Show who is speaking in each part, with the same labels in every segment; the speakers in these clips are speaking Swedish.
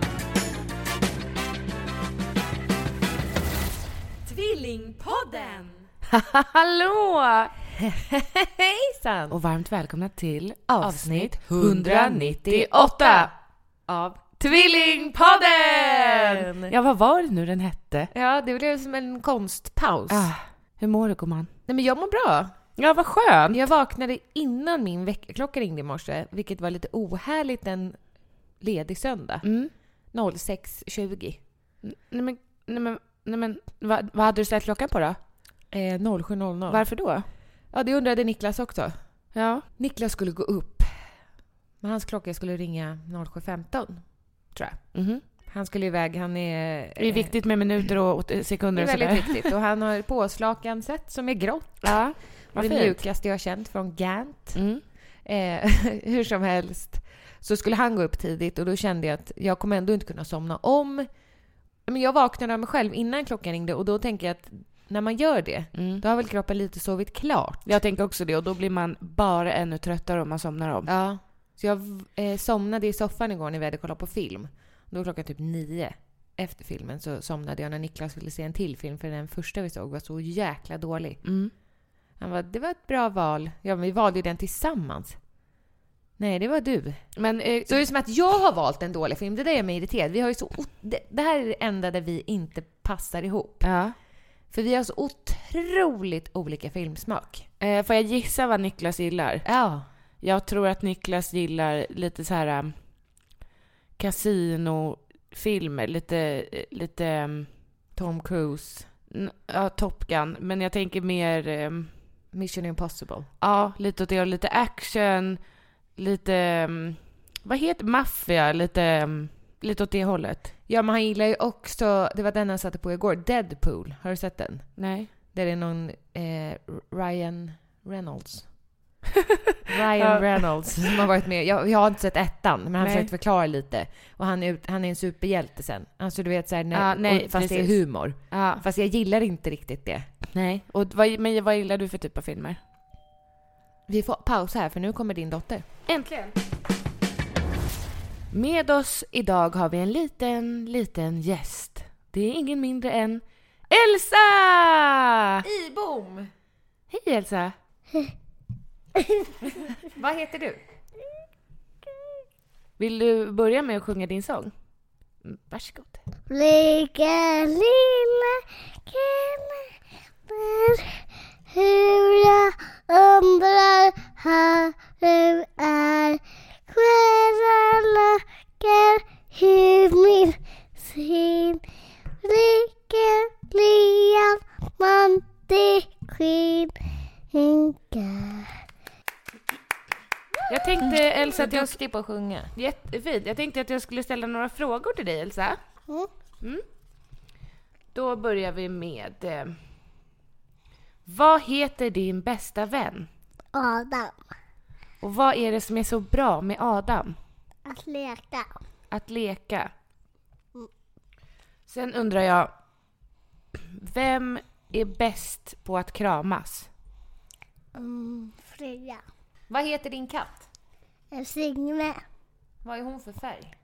Speaker 1: Tvillingpodden!
Speaker 2: Hallå! Hejsan! Och varmt välkomna till avsnitt 198 av Tvillingpodden! Ja, vad var det nu den hette?
Speaker 1: Ja, det blev som en konstpaus.
Speaker 2: Ah, hur mår du gumman?
Speaker 1: Nej men jag mår bra.
Speaker 2: Ja, vad skönt!
Speaker 1: Jag vaknade innan min väckarklocka ringde i morse, vilket var lite ohärligt en ledig söndag.
Speaker 2: Mm.
Speaker 1: 06.20.
Speaker 2: Nej men, nej men, nej men vad, vad hade du ställt klockan på då?
Speaker 1: Eh, 07.00.
Speaker 2: Varför då?
Speaker 1: Ja, det undrade Niklas också.
Speaker 2: Ja.
Speaker 1: Niklas skulle gå upp, men hans klocka skulle ringa 07.15.
Speaker 2: Mhm.
Speaker 1: Han skulle iväg, han är... eh,
Speaker 2: Det är viktigt med minuter och och
Speaker 1: Det
Speaker 2: sekunder
Speaker 1: är
Speaker 2: och
Speaker 1: väldigt
Speaker 2: sådär.
Speaker 1: viktigt. Och han har påslakanset som är grått.
Speaker 2: Ja, vad
Speaker 1: det
Speaker 2: fint.
Speaker 1: mjukaste jag har känt från Gant.
Speaker 2: Mm.
Speaker 1: Eh, hur som helst så skulle han gå upp tidigt och då kände jag att jag kommer ändå inte kunna somna om. Men jag vaknade av mig själv innan klockan ringde och då tänker jag att när man gör det,
Speaker 2: Mm.
Speaker 1: då har väl kroppen lite sovit klart.
Speaker 2: Jag tänker också det och då blir man bara ännu tröttare om man somnar om.
Speaker 1: Ja. Så jag eh, somnade i soffan igår när vi hade kollat på film. Då var klockan typ nio. Efter filmen så somnade jag när Niklas ville se en till film för den första vi såg var så jäkla dålig.
Speaker 2: Mm.
Speaker 1: Han bara, det var ett bra val. Ja, men vi valde ju den tillsammans. Nej, det var du.
Speaker 2: Men eh,
Speaker 1: Så det är som att jag har valt en dålig film. Det där gör mig irriterad. Vi har ju så... o- Det, det här är det enda där vi inte passar ihop.
Speaker 2: Ja.
Speaker 1: För vi har så otroligt olika filmsmak.
Speaker 2: Eh, får jag gissa vad Niklas gillar?
Speaker 1: Ja.
Speaker 2: Jag tror att Niklas gillar lite så här um, kasinofilmer, lite, eh, lite, um,
Speaker 1: Tom Cruise,
Speaker 2: n- ja, Top Gun. Men jag tänker mer, um,
Speaker 1: Mission Impossible.
Speaker 2: ja, lite åt det och lite action, lite, um, vad heter maffia, lite, um, lite åt det hållet.
Speaker 1: Ja, men han gillar ju också... Det var den han satte på igår. Deadpool. Har du sett den?
Speaker 2: Nej.
Speaker 1: Där det är någon eh, Ryan Reynolds.
Speaker 2: Ja.
Speaker 1: Ryan Reynolds som har varit med. Jag, jag har inte sett ettan, men han
Speaker 2: Nej.
Speaker 1: försökte förklara lite. Och han är, ut- han är en superhjälte sen. Alltså du vet såhär,
Speaker 2: Ja, nej,
Speaker 1: fast det är
Speaker 2: precis.
Speaker 1: humor.
Speaker 2: Ja.
Speaker 1: Fast jag gillar inte riktigt det.
Speaker 2: Nej. Och vad, men vad gillar du för typ av filmer?
Speaker 1: Vi får pausa här för nu kommer din dotter.
Speaker 2: Äntligen! Med oss idag har vi en liten, liten gäst. Det är ingen mindre än Elsa!
Speaker 1: Ibom!
Speaker 2: Hej Elsa!
Speaker 1: Vad heter du?
Speaker 2: Vill du börja med att sjunga din sång? Mm, Varsågod.
Speaker 3: Lika lilla kille men hur jag undrar här du är Kvällarna lockar hur min syn Lika lilla man det skinnkar
Speaker 2: Jag tänkte
Speaker 1: Mm.
Speaker 2: Elsa att jag,
Speaker 1: duktig på att sjunga.
Speaker 2: jättefint. jag tänkte att jag skulle ställa några frågor till dig Elsa.
Speaker 3: Mm.
Speaker 2: Mm. Då börjar vi med... eh, Vad heter din bästa vän?
Speaker 3: Adam
Speaker 2: Och vad är det som är så bra med Adam?
Speaker 3: att leka
Speaker 2: Att leka. Sen undrar jag, vem är bäst på att kramas?
Speaker 3: mm, Freja
Speaker 1: Vad heter din katt?
Speaker 3: Signe
Speaker 1: Vad är hon för färg?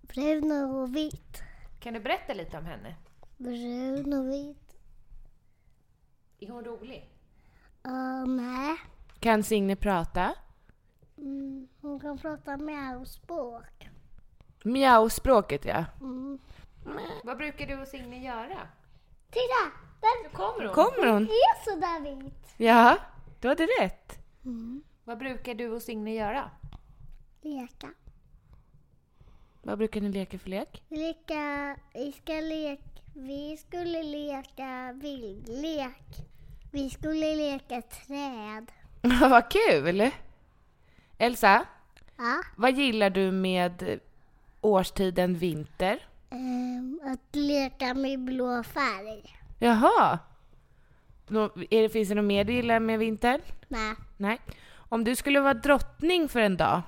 Speaker 3: Brun och vit
Speaker 1: Kan du berätta lite om henne?
Speaker 3: Brun och vit
Speaker 1: Är hon rolig?
Speaker 3: Ja, nej.
Speaker 2: Kan Signe prata?
Speaker 3: Mm, hon kan prata mjauspråk.
Speaker 2: Mjauspråket ja.
Speaker 3: Mm.
Speaker 1: Vad brukar du och Signe göra?
Speaker 3: Titta! Den
Speaker 2: Kommer hon? Kommer hon?
Speaker 3: är sådär vit.
Speaker 2: Ja, du hade rätt.
Speaker 1: Vad brukar du och Signe göra?
Speaker 3: Leka.
Speaker 2: Vad brukar ni leka för lek?
Speaker 3: Vi leka, vi ska leka, vi skulle leka vildlek. Vi skulle leka träd.
Speaker 2: Vad kul! Elsa,
Speaker 3: Ja.
Speaker 2: vad gillar du med årstiden vinter?
Speaker 3: Ehm, att leka med blå färg.
Speaker 2: Jaha! Nå- Är det, finns det något mer du gillar med vinter?
Speaker 3: Nej.
Speaker 2: Nej. Om du skulle vara drottning för en dag,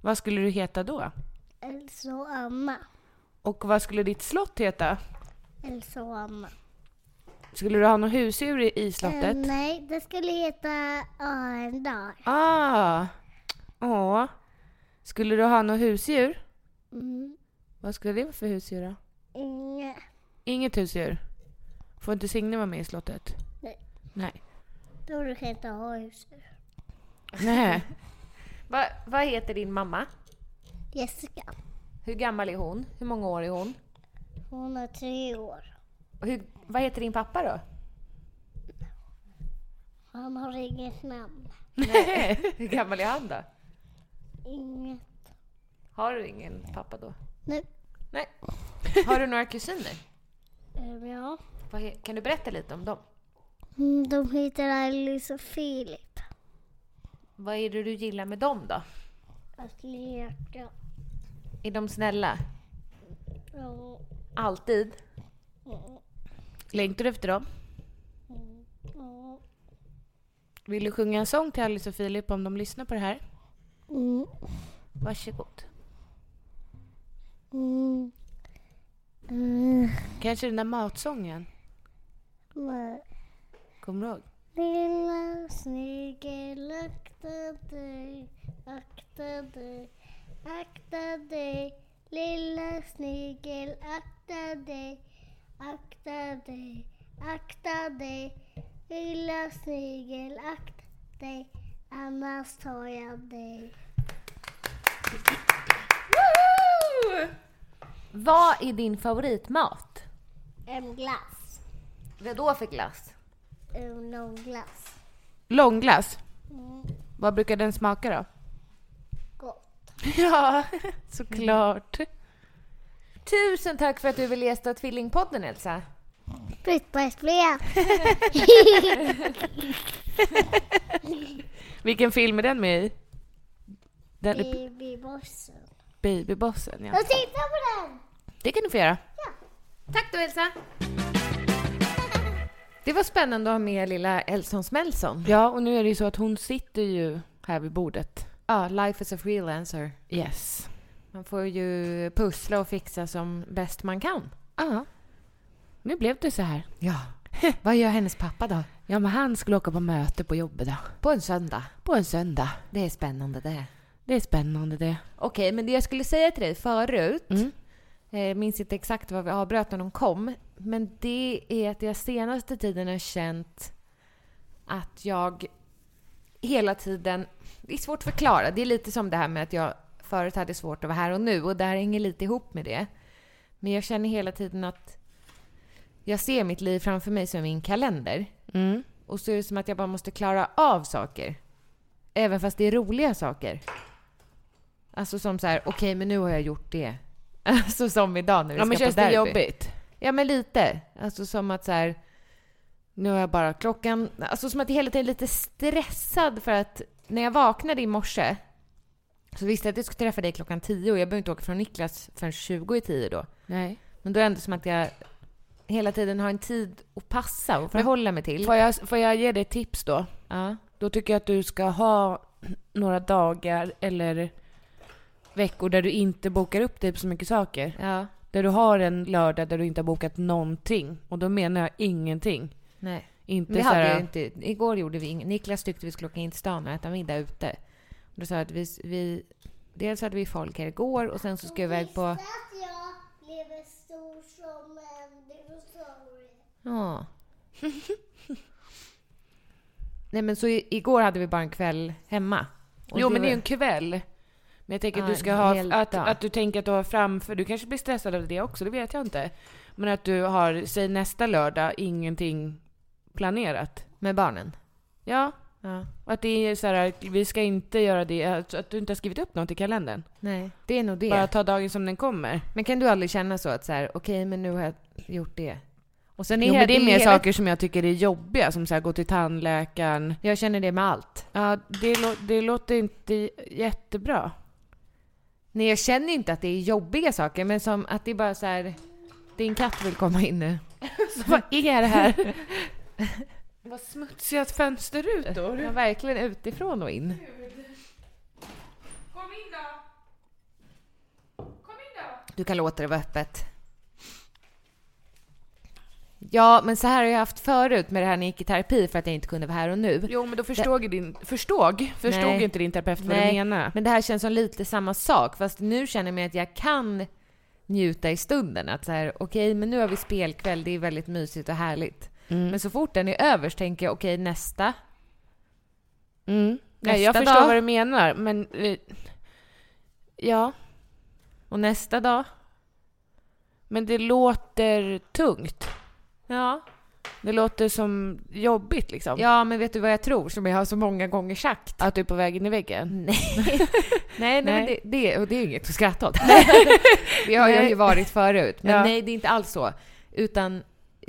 Speaker 2: vad skulle du heta då?
Speaker 3: Elsa och Amma.
Speaker 2: Och vad skulle ditt slott heta?
Speaker 3: Elsa och Amma.
Speaker 2: Skulle du ha något husdjur i- i slottet?
Speaker 3: Ehm, nej, det skulle heta Arendal.
Speaker 2: Ah! Åh. Skulle du ha något husdjur?
Speaker 3: Mm.
Speaker 2: Vad skulle det vara för husdjur då?
Speaker 3: Inge.
Speaker 2: Inget husdjur? Får inte Signe vara med i slottet?
Speaker 3: Nej.
Speaker 2: Nej.
Speaker 3: Då du kan inte ha husdjur.
Speaker 2: Nej.
Speaker 1: Va, vad heter din mamma?
Speaker 3: Jessica.
Speaker 1: Hur gammal är hon? Hur många år är hon?
Speaker 3: Hon har tre år.
Speaker 1: Och hur, vad heter din pappa då?
Speaker 3: Han har inget namn.
Speaker 1: Hur gammal är han då?
Speaker 3: Inget.
Speaker 1: Har du ingen pappa då?
Speaker 3: Nu.
Speaker 1: Nej. Har du några kusiner?
Speaker 3: Ehm, ja.
Speaker 1: Vad he- Kan du berätta lite om dem?
Speaker 3: Mm, De heter Alice och Filip.
Speaker 1: Vad är det du gillar med dem då?
Speaker 3: Att leka.
Speaker 1: Är de snälla?
Speaker 3: Ja.
Speaker 1: Alltid?
Speaker 2: Längtar du efter dem?
Speaker 3: Ja.
Speaker 2: Vill du sjunga en sång till Alice och Filip om de lyssnar på det här?
Speaker 3: Mm.
Speaker 2: Varsågod.
Speaker 3: Mm. Mm.
Speaker 2: Kanske den där matsången?
Speaker 3: Mm.
Speaker 2: Kommer du ihåg?
Speaker 3: Lilla snigel, akta dig, akta dig, akta dig. Lilla snigel, akta dig, akta dig, akta dig. Lilla snigel, akta dig, annars tar jag dig.
Speaker 1: Vad är din favoritmat?
Speaker 3: En glass,
Speaker 1: Vad är då för glass?
Speaker 3: en lång glass.
Speaker 2: Långglass?
Speaker 3: Mm,
Speaker 2: Vad brukar den smaka då?
Speaker 3: gott.
Speaker 2: Ja, såklart.
Speaker 1: Tusen tack för att du ville gästa Tvillingpodden Elsa.
Speaker 3: Flyttbajsblöja.
Speaker 2: Vilken film är den med i? Den är
Speaker 3: Babybossen.
Speaker 2: Babybossen, ja.
Speaker 3: Och titta på den!
Speaker 2: Det kan du få göra.
Speaker 1: Tack då Elsa! Det var spännande att ha med lilla Elson Smelson.
Speaker 2: Ja, och nu är det ju så att hon sitter ju här vid bordet.
Speaker 1: Ja, life is a freelancer.
Speaker 2: Yes.
Speaker 1: Man får ju pussla och fixa som bäst man kan.
Speaker 2: Ja. Nu blev det så här.
Speaker 1: Ja. Vad gör hennes pappa då?
Speaker 2: Ja, men han skulle åka på möte på jobbet då.
Speaker 1: På en söndag.
Speaker 2: På en söndag.
Speaker 1: Det är spännande det.
Speaker 2: Det är spännande det.
Speaker 1: Okej, men det jag skulle säga till dig förut,
Speaker 2: Mm.
Speaker 1: eh, minns inte exakt vad vi avbröt när de kom, men det är att jag senaste tiden har känt att jag hela tiden... Det är svårt att förklara. Det är lite som det här med att jag förut hade svårt att vara här och nu och det här hänger lite ihop med det. Men jag känner hela tiden att jag ser mitt liv framför mig som min kalender.
Speaker 2: Mm.
Speaker 1: Och så är det som att jag bara måste klara av saker. Även fast det är roliga saker. Alltså som så här, okej men nu har jag gjort det. Alltså som idag när vi
Speaker 2: Ja, men
Speaker 1: ska
Speaker 2: känns
Speaker 1: på
Speaker 2: det
Speaker 1: derby.
Speaker 2: jobbigt?
Speaker 1: Ja men lite. Alltså som att så här, nu har jag bara klockan... Alltså som att jag hela tiden är lite stressad för att när jag vaknade i morse så visste jag att jag skulle träffa dig klockan 10 och jag behöver inte åka från Niklas förrän 20 i 10 då.
Speaker 2: Nej.
Speaker 1: Men då är det ändå som att jag hela tiden har en tid att passa och förhålla mig till.
Speaker 2: Får jag, får jag ge dig ett tips då?
Speaker 1: Ja.
Speaker 2: Då tycker jag att du ska ha några dagar eller veckor där du inte bokar upp dig på så mycket saker.
Speaker 1: Ja.
Speaker 2: Där du har en lördag där du inte har bokat någonting. Och då menar jag ingenting.
Speaker 1: Nej.
Speaker 2: Inte
Speaker 1: Vi
Speaker 2: så här,
Speaker 1: hade ju inte, igår gjorde vi inget. Niklas tyckte vi skulle åka in till stan och äta middag ute. Och då sa jag att vi, vi... Dels hade vi folk här igår och sen så ska jag iväg på...
Speaker 3: Visste att jag blev stor som en dinosaurie.
Speaker 1: Ja. Nej men så i, igår hade vi bara en kväll hemma. Och
Speaker 2: Jo men
Speaker 1: var-
Speaker 2: det är ju en kväll. Men jag tänker att
Speaker 1: Ja,
Speaker 2: du ska
Speaker 1: en
Speaker 2: ha,
Speaker 1: hel
Speaker 2: att,
Speaker 1: dag.
Speaker 2: att du tänker att du har framför, du kanske blir stressad av det också, det vet jag inte. Men att du har, säg nästa lördag, ingenting planerat.
Speaker 1: Med barnen?
Speaker 2: Ja,
Speaker 1: Ja.
Speaker 2: och att det är så här, att vi ska inte göra det, att, att du inte har skrivit upp något i kalendern.
Speaker 1: Nej, det är nog det.
Speaker 2: Bara ta dagen som den kommer.
Speaker 1: Men kan du aldrig känna så att så här, okej, men nu har jag gjort det. Och sen är
Speaker 2: Jo, men det är mer
Speaker 1: hela-
Speaker 2: saker som jag tycker är jobbiga, som så här, gå till tandläkaren.
Speaker 1: Jag känner det med allt.
Speaker 2: Ja, det, lå- det låter inte jättebra.
Speaker 1: Nej, jag känner inte att det är jobbiga saker, men som att det är bara så här, din katt vill komma in nu.
Speaker 2: Så vad är det här? vad smutsiga fönsterrutor.
Speaker 1: Ja, verkligen utifrån och in.
Speaker 2: Kom in då! Kom in då!
Speaker 1: Du kan låta det vara öppet. Ja, men så här har jag haft förut med det här när jag gick i terapi för att jag inte kunde vara här och nu.
Speaker 2: Jo, men då förstod, din, förstod, förstod
Speaker 1: Nej.
Speaker 2: inte din terapeut vad
Speaker 1: Nej,
Speaker 2: du menar.
Speaker 1: Men det här känns som lite samma sak, fast nu känner jag mig att jag kan njuta i stunden. Att så här, okej, men nu har vi spelkväll, det är väldigt mysigt och härligt. Men så fort den är över så tänker jag, okej, nästa.
Speaker 2: Mm. Nej, jag
Speaker 1: Nästa
Speaker 2: förstår
Speaker 1: dag.
Speaker 2: vad du menar, men... eh, Ja,
Speaker 1: Och nästa dag.
Speaker 2: men det låter tungt.
Speaker 1: Ja.
Speaker 2: Det låter som jobbigt liksom.
Speaker 1: ja, men vet du vad jag tror som jag har så många gånger sagt?
Speaker 2: Att du är på väg in i väggen.
Speaker 1: Nej, nej,
Speaker 2: Nej.
Speaker 1: Men det, det, och det är inget att skratta åt. det har jag
Speaker 2: Nej.
Speaker 1: ju varit förut. Men
Speaker 2: Ja.
Speaker 1: nej, det är inte alls så. Utan,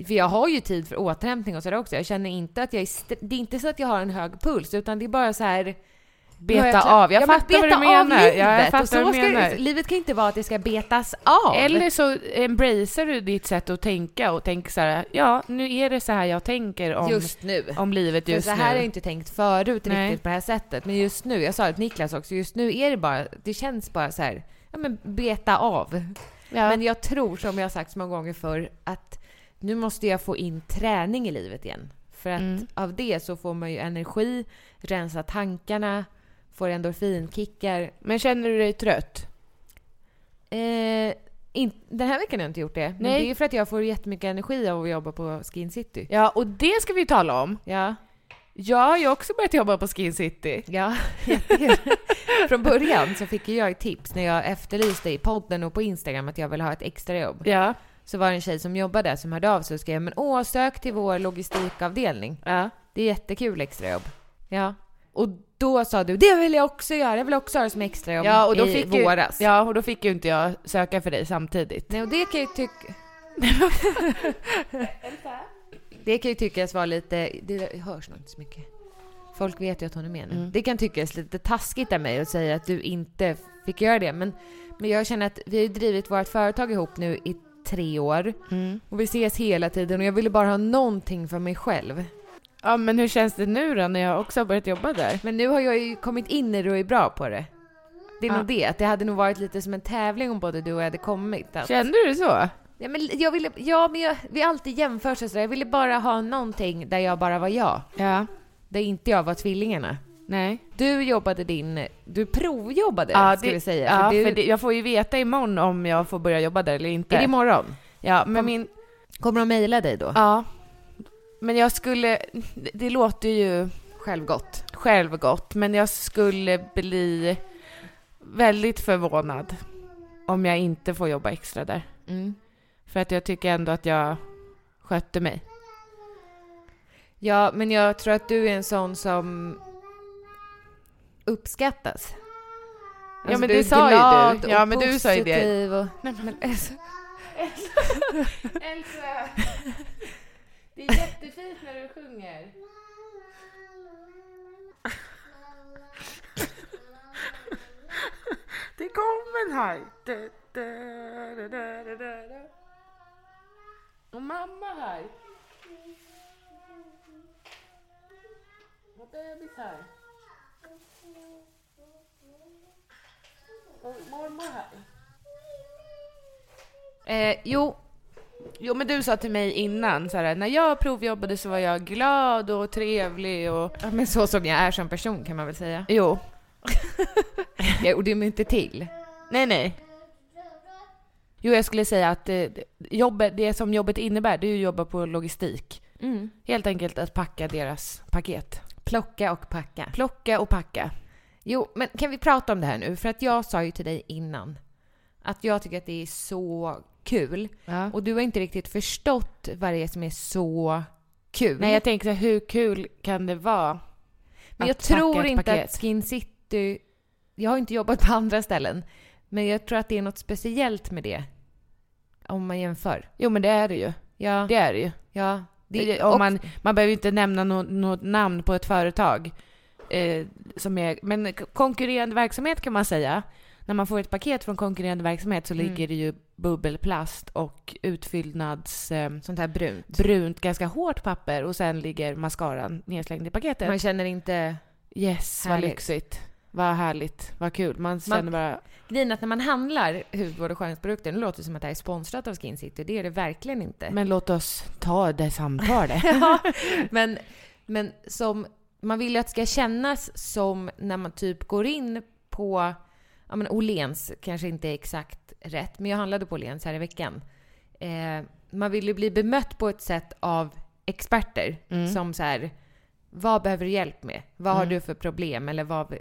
Speaker 1: för jag har ju tid för återhämtning och sådär också. Jag känner inte att jag är str- Det är inte så att jag har en hög puls, utan det är bara så här... nu har
Speaker 2: Beta av. Jag
Speaker 1: Ja, men
Speaker 2: fattar vad du
Speaker 1: beta av
Speaker 2: menar.
Speaker 1: Livet.
Speaker 2: Ja, jag
Speaker 1: och
Speaker 2: fattar
Speaker 1: så
Speaker 2: vad du
Speaker 1: ska det-
Speaker 2: menar.
Speaker 1: livet kan ju inte vara att det ska betas av.
Speaker 2: Eller så embracear du ditt sätt att tänka och tänker så här, ja, nu är det så här jag tänker om,
Speaker 1: just nu.
Speaker 2: om livet
Speaker 1: För
Speaker 2: just
Speaker 1: så här har
Speaker 2: nu.
Speaker 1: jag inte tänkt förut
Speaker 2: Nej.
Speaker 1: riktigt på det här sättet. Men just nu, jag sa det till Niklas också, just nu är det bara, det känns bara så här, ja men beta av.
Speaker 2: Ja.
Speaker 1: Men jag tror, som jag har sagt så många gånger förr, att nu måste jag få in träning i livet igen. För att
Speaker 2: Mm.
Speaker 1: av det så får man ju energi, rensa tankarna, får endorfinkickar.
Speaker 2: Men känner du dig trött?
Speaker 1: Eh, in, den här veckan har jag inte gjort det. Men
Speaker 2: Nej.
Speaker 1: det är ju för att jag får jättemycket energi av att jobba på Skin City.
Speaker 2: Ja, och det ska vi tala om.
Speaker 1: Ja,
Speaker 2: Jag har ju också börjat jobba på Skin City.
Speaker 1: ja. jättekul. Från början så fick ju jag ett tips när jag efterlyste i podden och på Instagram att jag ville ha ett extrajobb.
Speaker 2: Ja.
Speaker 1: Så var det en tjej som jobbade där som hörde av sig och skrev men åh, sök till vår logistikavdelning.
Speaker 2: ja.
Speaker 1: Det är jättekul extrajobb. Ja. Och då sa du, det vill jag också göra, jag vill också ha det som extrajobb
Speaker 2: Ja, och då
Speaker 1: i
Speaker 2: fick ju,
Speaker 1: våras.
Speaker 2: ja, och då fick ju inte jag söka för dig samtidigt.
Speaker 1: Nej, och det kan ju tycka... det kan ju tyckas vara lite... Det hörs nog inte så mycket. Folk vet ju att hon är med nu.
Speaker 2: Mm.
Speaker 1: Det kan tyckas lite taskigt av mig att säga att du inte fick göra det. Men, men jag känner att vi har ju drivit vårt företag ihop nu i tre år. Och vi ses hela tiden och jag ville bara ha någonting för mig själv.
Speaker 2: Ja, men hur känns det nu då när jag också har börjat jobba där?
Speaker 1: Men nu har jag ju kommit in i det och är bra på det. Det är
Speaker 2: Ja.
Speaker 1: nog det, att det hade nog varit lite som en tävling om både du och jag hade kommit. Att,
Speaker 2: Kände du så?
Speaker 1: ja, men jag ville, ja, men jag, vi har alltid jämfört oss där. Jag ville bara ha någonting där jag bara var jag.
Speaker 2: Ja.
Speaker 1: Där inte jag var tvillingarna.
Speaker 2: Nej.
Speaker 1: Du jobbade din, du provjobbade ska vi säga.
Speaker 2: Ja,
Speaker 1: du,
Speaker 2: för det, jag får ju veta imorgon om jag får börja jobba där eller inte.
Speaker 1: är det imorgon?
Speaker 2: ja, men min,
Speaker 1: Kommer de mejla dig då?
Speaker 2: ja. Men jag skulle, det- det låter ju
Speaker 1: Självgott.
Speaker 2: självgott, men jag skulle bli väldigt förvånad om jag inte får jobba extra där.
Speaker 1: Mm.
Speaker 2: För att jag tycker ändå att jag skötte mig.
Speaker 1: Ja, men jag tror att du är en sån som uppskattas. Alltså,
Speaker 2: men
Speaker 1: du
Speaker 2: det
Speaker 1: är
Speaker 2: sa ju
Speaker 1: glad
Speaker 2: du.
Speaker 1: och
Speaker 2: Ja, men du sa ju det.
Speaker 1: positiv Och... alltså,
Speaker 2: Elsa! Det är jättefint när du sjunger. Det kom en haj. Du, du, du, du, du, du, du. Och mamma haj. Och bebis haj. Och mormor haj.
Speaker 1: Eh, jo,
Speaker 2: Jo men du sa till mig innan så här, när jag provjobbade så var jag glad och trevlig och...
Speaker 1: Ja, men så som jag är som person kan man väl säga.
Speaker 2: Jo.
Speaker 1: Jag gjorde mig inte till.
Speaker 2: Nej nej. Jo jag skulle säga att eh, jobbet, det som jobbet innebär det är ju att jobba på logistik. Helt enkelt att packa deras paket.
Speaker 1: Plocka och packa.
Speaker 2: Plocka och packa.
Speaker 1: Jo, men kan vi prata om det här nu? För att jag sa ju till dig innan att jag tycker att det är så kul.
Speaker 2: Ja.
Speaker 1: Och du har inte riktigt förstått vad det är som är så kul.
Speaker 2: Nej, jag tänker så här, hur kul kan det vara?
Speaker 1: men jag
Speaker 2: att packa
Speaker 1: tror
Speaker 2: ett
Speaker 1: inte
Speaker 2: paket?
Speaker 1: att Skin City... Jag har inte jobbat på andra ställen. Men jag tror att det är något speciellt med det. Om man jämför.
Speaker 2: Jo, men det är det ju.
Speaker 1: Ja.
Speaker 2: Det är det ju.
Speaker 1: ja
Speaker 2: Det,
Speaker 1: Eh,
Speaker 2: om man, man behöver ju inte nämna något något namn på ett företag. Eh, som är, men k- konkurrerande verksamhet kan man säga. När man får ett paket från konkurrerande verksamhet så
Speaker 1: Mm.
Speaker 2: ligger det ju bubbelplast och utfyllnads... Eh,
Speaker 1: sånt här brunt.
Speaker 2: brunt, ganska hårt papper och sen ligger mascaran nedslängd i paketet.
Speaker 1: Man känner inte...
Speaker 2: yes, vad
Speaker 1: Härligt.
Speaker 2: lyxigt. Vad härligt, vad kul. Man känner bara...
Speaker 1: Grejen är att när man handlar hudvård och skönhetsprodukter, nu låter det som att det här är sponsrat av Skin City. Det är det verkligen inte.
Speaker 2: Men låt oss ta det samtalet.
Speaker 1: ja, men, men som, man vill ju att det ska kännas som när man typ går in på ja, men Åhléns, kanske inte är exakt rätt, men jag handlade på Åhléns här i veckan. Eh, man vill ju bli bemött på ett sätt av experter som så här, vad behöver du hjälp med? Vad har du för problem? Eller vad,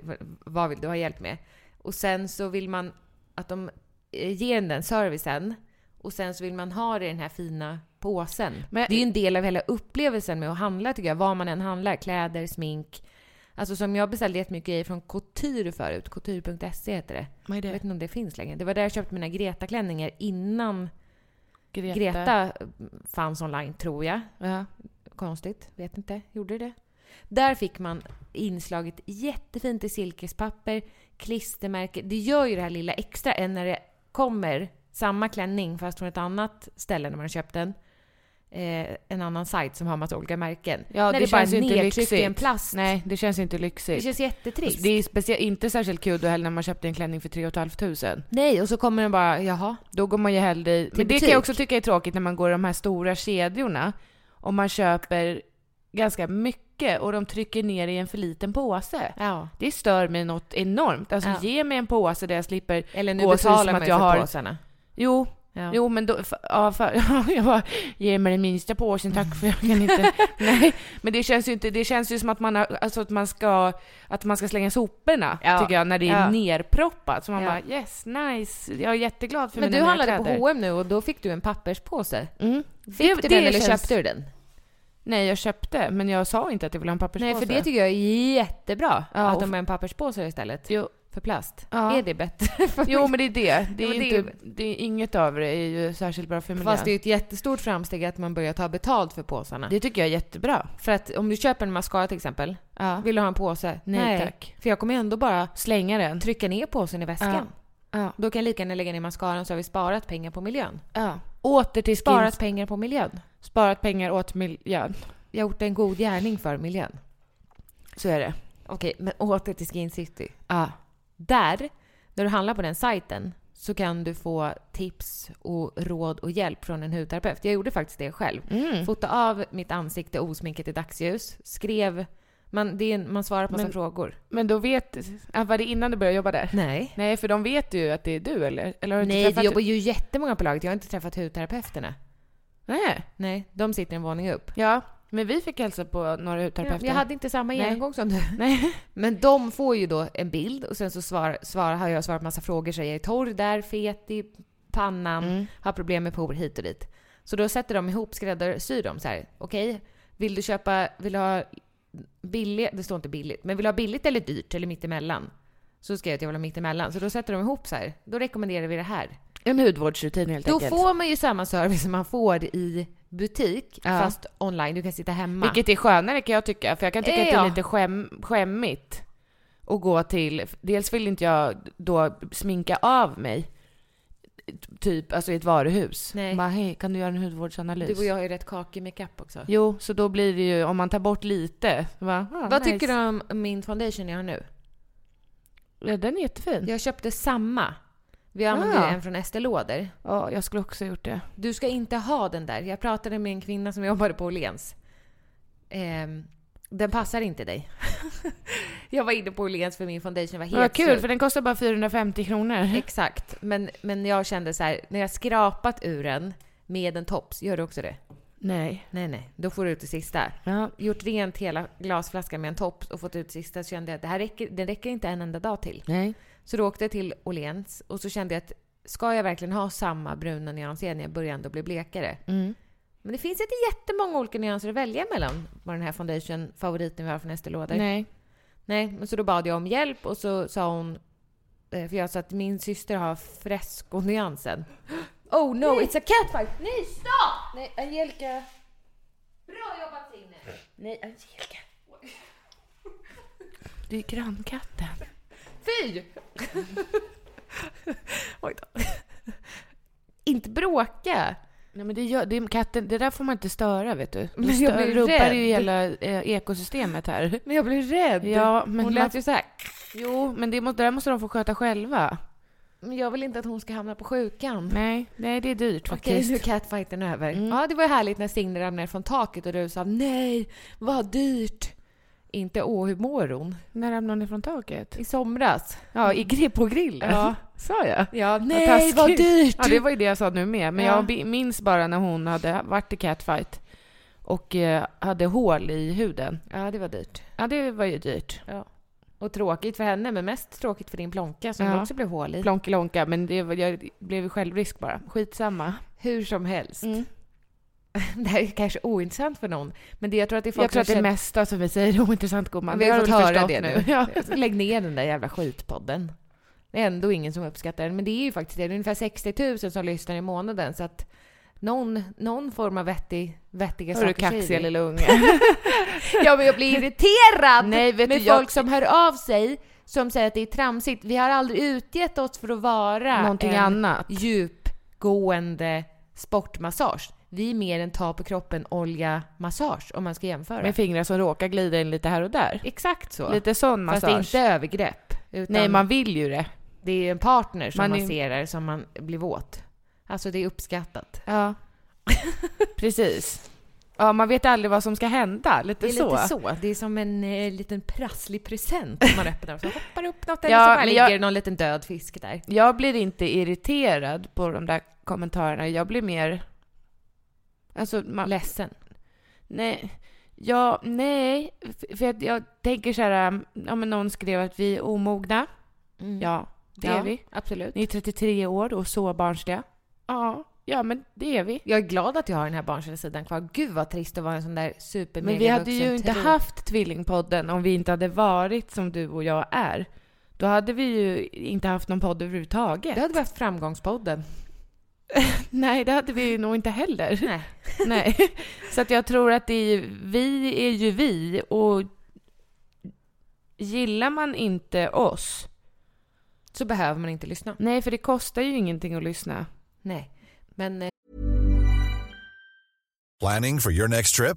Speaker 1: vad vill du ha hjälp med? Och sen så vill man att de eh, ger en den servicen och sen så vill man ha det i den här fina påsen.
Speaker 2: Men-
Speaker 1: det är ju en del av hela upplevelsen med att handla tycker jag. Vad man än handlar. Kläder, smink. Alltså som jag beställde jättemycket grejer från Couture förut. Couture.se heter det.
Speaker 2: Vad är
Speaker 1: Jag vet inte om det finns längre. Det var där jag köpte mina Greta-klänningar innan
Speaker 2: Greta.
Speaker 1: Greta fanns online tror jag.
Speaker 2: Ja.
Speaker 1: Konstigt, vet inte. Gjorde det Där fick man inslaget jättefint i silkespapper, klistermärke. Det gör ju det här lilla extra än när det kommer samma klänning fast från ett annat ställe när man har köpt den. Eh, en annan sajt som har massa olika märken.
Speaker 2: Ja,
Speaker 1: när
Speaker 2: det
Speaker 1: bara
Speaker 2: känns ju inte
Speaker 1: nedtryckt i en
Speaker 2: lyxigt.
Speaker 1: plast.
Speaker 2: Nej, det känns inte
Speaker 1: Det
Speaker 2: lyxigt.
Speaker 1: känns jättetrist.
Speaker 2: Alltså, Det är speciellt, inte särskilt kul då heller när man köpte en klänning för 3 500.
Speaker 1: Nej, och så kommer den bara, jaha.
Speaker 2: Då går man ju hellre i... Men det kan
Speaker 1: butik.
Speaker 2: jag också tycka är tråkigt när man går i de här stora kedjorna och man köper ganska mycket och de trycker ner i en för liten påse.
Speaker 1: Ja.
Speaker 2: Det stör mig något enormt. Alltså
Speaker 1: Ja.
Speaker 2: ge mig en påse där jag slipper...
Speaker 1: Eller nu
Speaker 2: Gåshud som
Speaker 1: betalar
Speaker 2: att
Speaker 1: man ju
Speaker 2: jag
Speaker 1: för
Speaker 2: har-
Speaker 1: påsarna.
Speaker 2: Jo,
Speaker 1: Ja.
Speaker 2: jo men då... f- Ja, för, jag bara, ge mig den minsta påsen tack för jag kan inte... Nej, men det känns ju inte... Det känns ju som att man har, alltså att man ska... Att man ska slänga soporna,
Speaker 1: Ja.
Speaker 2: tycker jag, när det är
Speaker 1: Ja.
Speaker 2: nerproppat. Så man
Speaker 1: Ja.
Speaker 2: bara yes, nice, jag är jätteglad för
Speaker 1: Men
Speaker 2: mina
Speaker 1: du
Speaker 2: nya
Speaker 1: handlade på
Speaker 2: kläder.
Speaker 1: H&M nu och då fick du en papperspåse.
Speaker 2: Mm.
Speaker 1: Fick du den eller
Speaker 2: känns-
Speaker 1: köpte du den?
Speaker 2: Nej, jag köpte, men jag sa inte att jag ville ha en papperspåse.
Speaker 1: Nej, för det tycker jag är jättebra.
Speaker 2: Ja,
Speaker 1: att
Speaker 2: och-
Speaker 1: de har en papperspåse istället.
Speaker 2: Jo.
Speaker 1: För plast.
Speaker 2: Ja.
Speaker 1: Är det bättre? För
Speaker 2: Jo, men det är det. Det
Speaker 1: Ja, men
Speaker 2: är,
Speaker 1: det är
Speaker 2: inte, det är inget av det är ju särskilt bra för miljön.
Speaker 1: Fast det är ju ett jättestort framsteg att man börjar ta betalt för påsarna.
Speaker 2: Det tycker jag är jättebra.
Speaker 1: För att om du köper en mascara till exempel.
Speaker 2: Ja.
Speaker 1: Vill du ha en påse?
Speaker 2: Nej, tack.
Speaker 1: För jag kommer ändå bara
Speaker 2: Slänga den.
Speaker 1: trycka ner påsen i väskan.
Speaker 2: Ja.
Speaker 1: Då kan jag lika gärna lägga ner mascaran så har vi sparat pengar på miljön.
Speaker 2: Ja. Åter till
Speaker 1: Sparat
Speaker 2: sparat,
Speaker 1: pengar på miljön.
Speaker 2: sparat pengar åt miljön.
Speaker 1: Jag har gjort en god gärning för miljön.
Speaker 2: Så är det.
Speaker 1: Okej, men åter till Skin City.
Speaker 2: Ja.
Speaker 1: Där, när du handlar på den sajten, så kan du få tips och råd och hjälp från en hudterapeut. Jag gjorde faktiskt det själv.
Speaker 2: Mm.
Speaker 1: Fota av mitt ansikte osminket i dagsljus. Skrev... Man, det är en, man svarar på massa
Speaker 2: Men-
Speaker 1: frågor.
Speaker 2: Men då vet... ja, Var det innan du började jobba där?
Speaker 1: Nej.
Speaker 2: Nej, för de vet ju att det är du, eller? eller har du inte
Speaker 1: Nej, det
Speaker 2: träffat-
Speaker 1: jobbar ju jättemånga på laget. Jag har inte träffat hudterapeuterna.
Speaker 2: Nej.
Speaker 1: Nej, de sitter en våning upp.
Speaker 2: Ja, men vi fick hälsa på några
Speaker 1: Ja,
Speaker 2: hudterapeuter.
Speaker 1: jag hade inte samma
Speaker 2: Nej.
Speaker 1: genomgång som du.
Speaker 2: Nej.
Speaker 1: Men de får ju då en bild och sen så svar, svar, har jag svarat massa frågor. Så jag är torr där, fet i pannan,
Speaker 2: Mm.
Speaker 1: har problem med por hit och dit. Så då sätter de ihop, skräddarsyr dem så här. Okej, vill du köpa, vill du ha billigt, det står inte billigt, men vill du ha billigt eller dyrt eller mittemellan? Så skrev jag att jag vill ha mittemellan. Så då sätter de ihop så här. Då rekommenderar vi det här.
Speaker 2: En hudvårdsrutin helt
Speaker 1: Då
Speaker 2: enkelt.
Speaker 1: får man ju samma service som man får i butik,
Speaker 2: Ja.
Speaker 1: fast online. Du kan sitta hemma.
Speaker 2: Vilket är skönare kan jag tycka, för jag kan tycka att det
Speaker 1: Ja.
Speaker 2: är lite skäm, skämmigt att gå till, dels vill inte jag då sminka av mig, typ alltså i ett varuhus.
Speaker 1: Nej.
Speaker 2: Bara, hej, kan du göra en hudvårdsanalys?
Speaker 1: du och jag har ju rätt kakig makeup också.
Speaker 2: Jo, så då blir det ju, om man tar bort lite, bara, ah,
Speaker 1: Vad
Speaker 2: nice.
Speaker 1: tycker du om min foundation jag har nu?
Speaker 2: Ja, den är jättefin. Ja.
Speaker 1: Jag köpte samma. Vi använde
Speaker 2: Ah.
Speaker 1: ju en från Estée Lauder.
Speaker 2: jag skulle också ha gjort det.
Speaker 1: Du ska inte ha den där. Jag pratade med en kvinna som jobbade på Åhléns. Ehm, den passar inte dig. jag var inne på Åhléns för min foundation var helt
Speaker 2: Men Vad kul,
Speaker 1: slut.
Speaker 2: för den kostar bara 450 kronor.
Speaker 1: Exakt. Men, men jag kände så här, när jag skrapat ur den med en tops, gör du också det?
Speaker 2: Nej.
Speaker 1: Nej, nej. Då får du ut det sista.
Speaker 2: Ja.
Speaker 1: Gjort rent hela glasflaskan med en topp och fått ut det sista så kände jag att det här räcker, det räcker inte en enda dag till.
Speaker 2: Nej.
Speaker 1: Så då åkte jag till Åhléns och så kände jag att ska jag verkligen ha samma bruna nyans igen? Jag började ändå bli blekare.
Speaker 2: Mm.
Speaker 1: Men det finns inte jättemånga olika nyanser att välja mellan vad den här foundation-favoriten vi har från Estée Lauder.
Speaker 2: Nej.
Speaker 1: Nej, men så då bad jag om hjälp och så sa hon... eh, För jag sa att min syster har fresco-nyansen. Oh no, it's a catfight! Nej, stopp! Nej, Angelica. Bra jobbat Signe! Nej, Angelica.
Speaker 2: Det är grannkatten.
Speaker 1: Fy! Oj då. Inte bråka!
Speaker 2: Nej, men det, gör, det, är katten, det där får man inte störa, vet du.
Speaker 1: Men
Speaker 2: Du
Speaker 1: jag
Speaker 2: stör,
Speaker 1: blir
Speaker 2: rubbar
Speaker 1: rädd.
Speaker 2: ju hela eh, ekosystemet här.
Speaker 1: Men jag blev rädd.
Speaker 2: Ja, men
Speaker 1: hon
Speaker 2: man-
Speaker 1: lät ju såhär.
Speaker 2: Jo, men det, må, det där måste de få sköta själva.
Speaker 1: Men jag vill inte att hon ska hamna på sjukan.
Speaker 2: Nej, nej det är dyrt
Speaker 1: Okej,
Speaker 2: faktiskt.
Speaker 1: nu är catfighten över. Ja, det var ju härligt när Signe ramlade ner från taket och du sa nej, vad dyrt. Inte åh, hur mår hon?
Speaker 2: När ramlade ni från taket?
Speaker 1: I somras.
Speaker 2: Ja, i, gri- på grillen.
Speaker 1: Ja.
Speaker 2: sa jag.
Speaker 1: Ja,
Speaker 2: taskigt.
Speaker 1: dyrt.
Speaker 2: Ja, det var ju det jag sa nu med. Men
Speaker 1: Ja.
Speaker 2: jag bi- minns bara när hon hade varit i catfight och eh, hade hål i huden.
Speaker 1: ja, det var dyrt.
Speaker 2: Ja, det var ju dyrt.
Speaker 1: Och tråkigt för henne, men mest tråkigt för din plonka som
Speaker 2: Ja.
Speaker 1: det också blev hål i.
Speaker 2: Plonkelonka, men det, var- jag blev ju självrisk bara. Skitsamma.
Speaker 1: Hur som helst. Det här är kanske ointressant för någon, men det, jag tror att det är folk
Speaker 2: Jag tror att det
Speaker 1: som känner-
Speaker 2: mesta som vi säger är ointressant, gumman.
Speaker 1: Vi
Speaker 2: Det
Speaker 1: har
Speaker 2: du
Speaker 1: fått höra
Speaker 2: förstått
Speaker 1: det nu.
Speaker 2: Ja.
Speaker 1: Lägg ner den där jävla skitpodden. Det är ändå ingen som uppskattar den. Men det är ju faktiskt det. Det är ungefär 60 000 som lyssnar i månaden. Så att någon, någon form av vettig, vettiga
Speaker 2: Hör du
Speaker 1: saker
Speaker 2: kaxiga
Speaker 1: vi.
Speaker 2: lilla unge.
Speaker 1: Ja, men jag blir irriterad
Speaker 2: Nej, vet
Speaker 1: med
Speaker 2: du, jag-
Speaker 1: folk som hör av sig som säger att det är tramsigt. Vi har aldrig utgett oss för att vara
Speaker 2: Någonting
Speaker 1: en
Speaker 2: annat.
Speaker 1: djupgående sportmassage. Vi är mer en ta på kroppen olja massage om man ska jämföra.
Speaker 2: Med fingrar som råkar glida in lite här och där.
Speaker 1: Exakt så.
Speaker 2: Lite sån
Speaker 1: Fast
Speaker 2: massage.
Speaker 1: det är inte övergrepp. Utan
Speaker 2: Nej, man vill ju det.
Speaker 1: Det är en partner som
Speaker 2: Man är-
Speaker 1: masserar som man blir åt. Alltså det är uppskattat.
Speaker 2: Ja. Precis. Ja, man vet aldrig vad som ska hända. Lite
Speaker 1: Det är
Speaker 2: så.
Speaker 1: lite så. Det är som en eh, liten prasslig present som man öppnar och så hoppar upp något eller
Speaker 2: Ja,
Speaker 1: så bara
Speaker 2: men
Speaker 1: ligger
Speaker 2: jag-
Speaker 1: det någon liten död fisk där.
Speaker 2: Jag blir inte irriterad på de där kommentarerna. Jag blir mer... Alltså, man...
Speaker 1: Ledsen.
Speaker 2: Nej. Ja, nej. F- För jag, jag tänker så här, um, ja men någon skrev att vi är omogna. Mm. Ja, det är vi.
Speaker 1: Absolut.
Speaker 2: Ni är 33 år och så barnsliga. Ja, ja men det är vi.
Speaker 1: Jag är glad att jag har den här barnsliga sidan kvar. Gud vad trist att vara en sån där super
Speaker 2: Men vi hade ju inte haft Tvillingpodden om vi inte hade varit som du och jag är. Då hade vi ju inte haft någon podd överhuvudtaget.
Speaker 1: Då hade vi haft Framgångspodden.
Speaker 2: Nej, det hade vi ju nog inte heller.
Speaker 1: Nej.
Speaker 2: Nej. Så att jag tror att det är, ju- vi är ju vi och gillar man inte oss,
Speaker 1: Så behöver man inte lyssna.
Speaker 2: nej för det kostar ju ingenting att lyssna.
Speaker 1: Nej. Men eh,
Speaker 4: Planning for your next trip?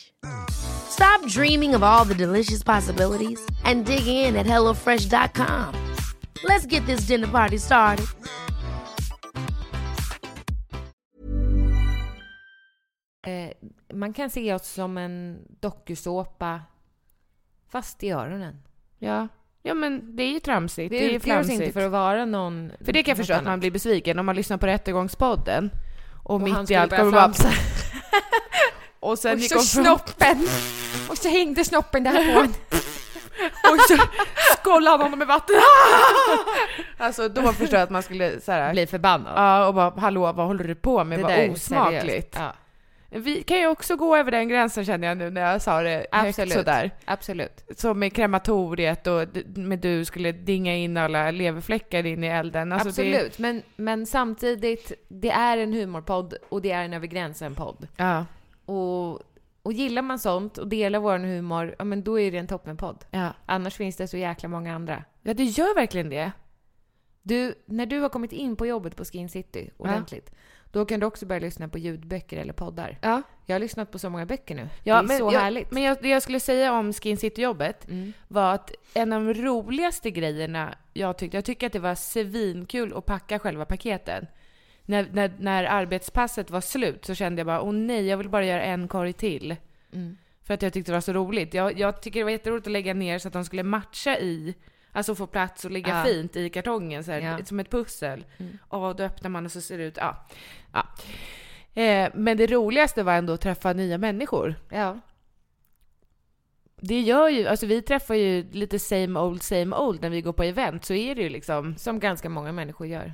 Speaker 5: Stop dreaming of all the delicious possibilities and dig in at HelloFresh.com. Let's get this dinner party started.
Speaker 1: eh, man kan se oss som en dokusåpa fast i öronen.
Speaker 2: Ja. Ja men det är ju tramsigt.
Speaker 1: Det,
Speaker 2: är ju
Speaker 1: utger oss
Speaker 2: flamsigt.
Speaker 1: inte för att vara någon...
Speaker 2: För det kan jag förstå att man blir besviken om man lyssnar på Rättegångspodden och,
Speaker 1: Och han
Speaker 2: mitt i
Speaker 1: skulle
Speaker 2: allt
Speaker 1: börja
Speaker 2: kommer bara...
Speaker 1: flamsa.
Speaker 2: Och sen
Speaker 1: Och
Speaker 2: gick
Speaker 1: så
Speaker 2: hon fram-
Speaker 1: snoppen! Och så hängde snoppen där på en.
Speaker 2: Och så skållade han honom med vatten. alltså då förstår jag att man skulle så här,
Speaker 1: Bli förbannad.
Speaker 2: Ja, och bara hallå vad håller du på med?
Speaker 1: där
Speaker 2: Vad
Speaker 1: är seriöst.
Speaker 2: osmakligt.
Speaker 1: Ja,
Speaker 2: Vi kan ju också gå över den gränsen känner jag nu när jag sa det
Speaker 1: absolut.
Speaker 2: högt sådär.
Speaker 1: Absolut.
Speaker 2: Som med krematoriet och d- med du skulle dinga in alla leverfläckar in i elden. Alltså, det-
Speaker 1: absolut. Men, men samtidigt, det är en humorpodd och det är en över gränsen-podd.
Speaker 2: ja,
Speaker 1: Och, och gillar man sånt och delar vår humor, ja men då är det en toppenpodd.
Speaker 2: ja.
Speaker 1: Annars finns det så jäkla många andra.
Speaker 2: ja, det gör verkligen det.
Speaker 1: Du, när du har kommit in på jobbet på Skin City ordentligt, då kan du också börja lyssna på ljudböcker eller poddar.
Speaker 2: Ja.
Speaker 1: Jag har lyssnat på så många böcker nu.
Speaker 2: Ja,
Speaker 1: det är
Speaker 2: men
Speaker 1: så
Speaker 2: jag,
Speaker 1: härligt. Mm.
Speaker 2: Men jag, det jag skulle säga om Skin City-jobbet var att en av de roligaste grejerna jag tyckte, jag tycker att det var svinkul att packa själva paketen. När, när, när arbetspasset var slut så kände jag bara, åh nej, jag vill bara göra en korg till.
Speaker 1: Mm.
Speaker 2: För att jag tyckte det var så roligt. Jag, jag tycker det var jätteroligt att lägga ner så att de skulle matcha i, alltså få plats och ligga
Speaker 1: Ja.
Speaker 2: fint i kartongen så här,
Speaker 1: Ja. Mm.
Speaker 2: som ett pussel. Och då öppnar man och så ser det ut, ja. ja. Eh, men det roligaste var ändå att träffa nya människor.
Speaker 1: Ja.
Speaker 2: Det gör ju, alltså vi träffar ju lite same old same old när vi går på event, så är det ju liksom.
Speaker 1: Som ganska många människor gör.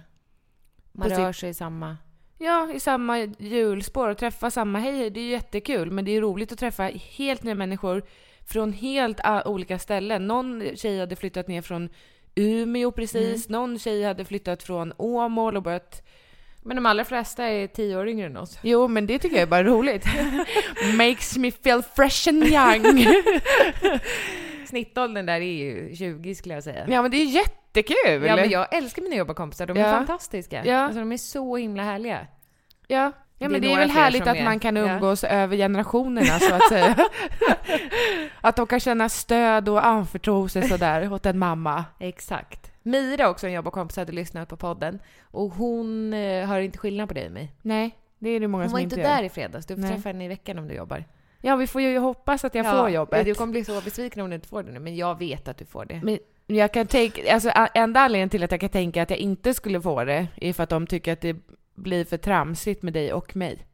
Speaker 1: Man
Speaker 2: På
Speaker 1: rör sig i samma...
Speaker 2: Ja, i samma hjulspår och träffa samma hej, hej, det är ju jättekul. Men det är ju roligt att träffa helt nya människor från helt a- olika ställen. Någon tjej hade flyttat ner från Umeå precis,
Speaker 1: Mm.
Speaker 2: någon tjej hade flyttat från Åmål och börjat
Speaker 1: Men de allra flesta är tio år yngre än oss.
Speaker 2: Jo, men det tycker jag är bara roligt. Makes me feel fresh and young.
Speaker 1: Snittåldern där är ju 20 skulle jag säga.
Speaker 2: ja, men det är jättekul!
Speaker 1: Ja, men jag älskar mina jobbarkompisar. De är
Speaker 2: Ja.
Speaker 1: fantastiska.
Speaker 2: Ja.
Speaker 1: Alltså, de är så himla härliga. Det
Speaker 2: Ja, ja
Speaker 1: är
Speaker 2: men det är
Speaker 1: några
Speaker 2: väl
Speaker 1: fler
Speaker 2: härligt
Speaker 1: som
Speaker 2: att
Speaker 1: är-
Speaker 2: man kan
Speaker 1: Ja.
Speaker 2: umgås över generationerna så att säga. att de kan känna stöd och anförtro sig sådär åt en mamma.
Speaker 1: Exakt. Mira också, en jobbarkompis, hade lyssnat på podden. Och hon eh, hör inte skillnad på dig och mig.
Speaker 2: Nej, det är det många
Speaker 1: Hon
Speaker 2: som
Speaker 1: var
Speaker 2: inte
Speaker 1: inte
Speaker 2: gör.
Speaker 1: där i fredags. Du får
Speaker 2: Nej.
Speaker 1: träffa henne i veckan om du jobbar.
Speaker 2: Ja, vi får ju hoppas att jag
Speaker 1: Ja,
Speaker 2: får jobbet.
Speaker 1: Du kommer bli så besviken om du inte får det nu, men jag vet att du får det.
Speaker 2: Men jag kan tänka, alltså a- enda anledningen till att jag kan tänka att jag inte skulle få det är för att de tycker att det blir för tramsigt med dig och mig.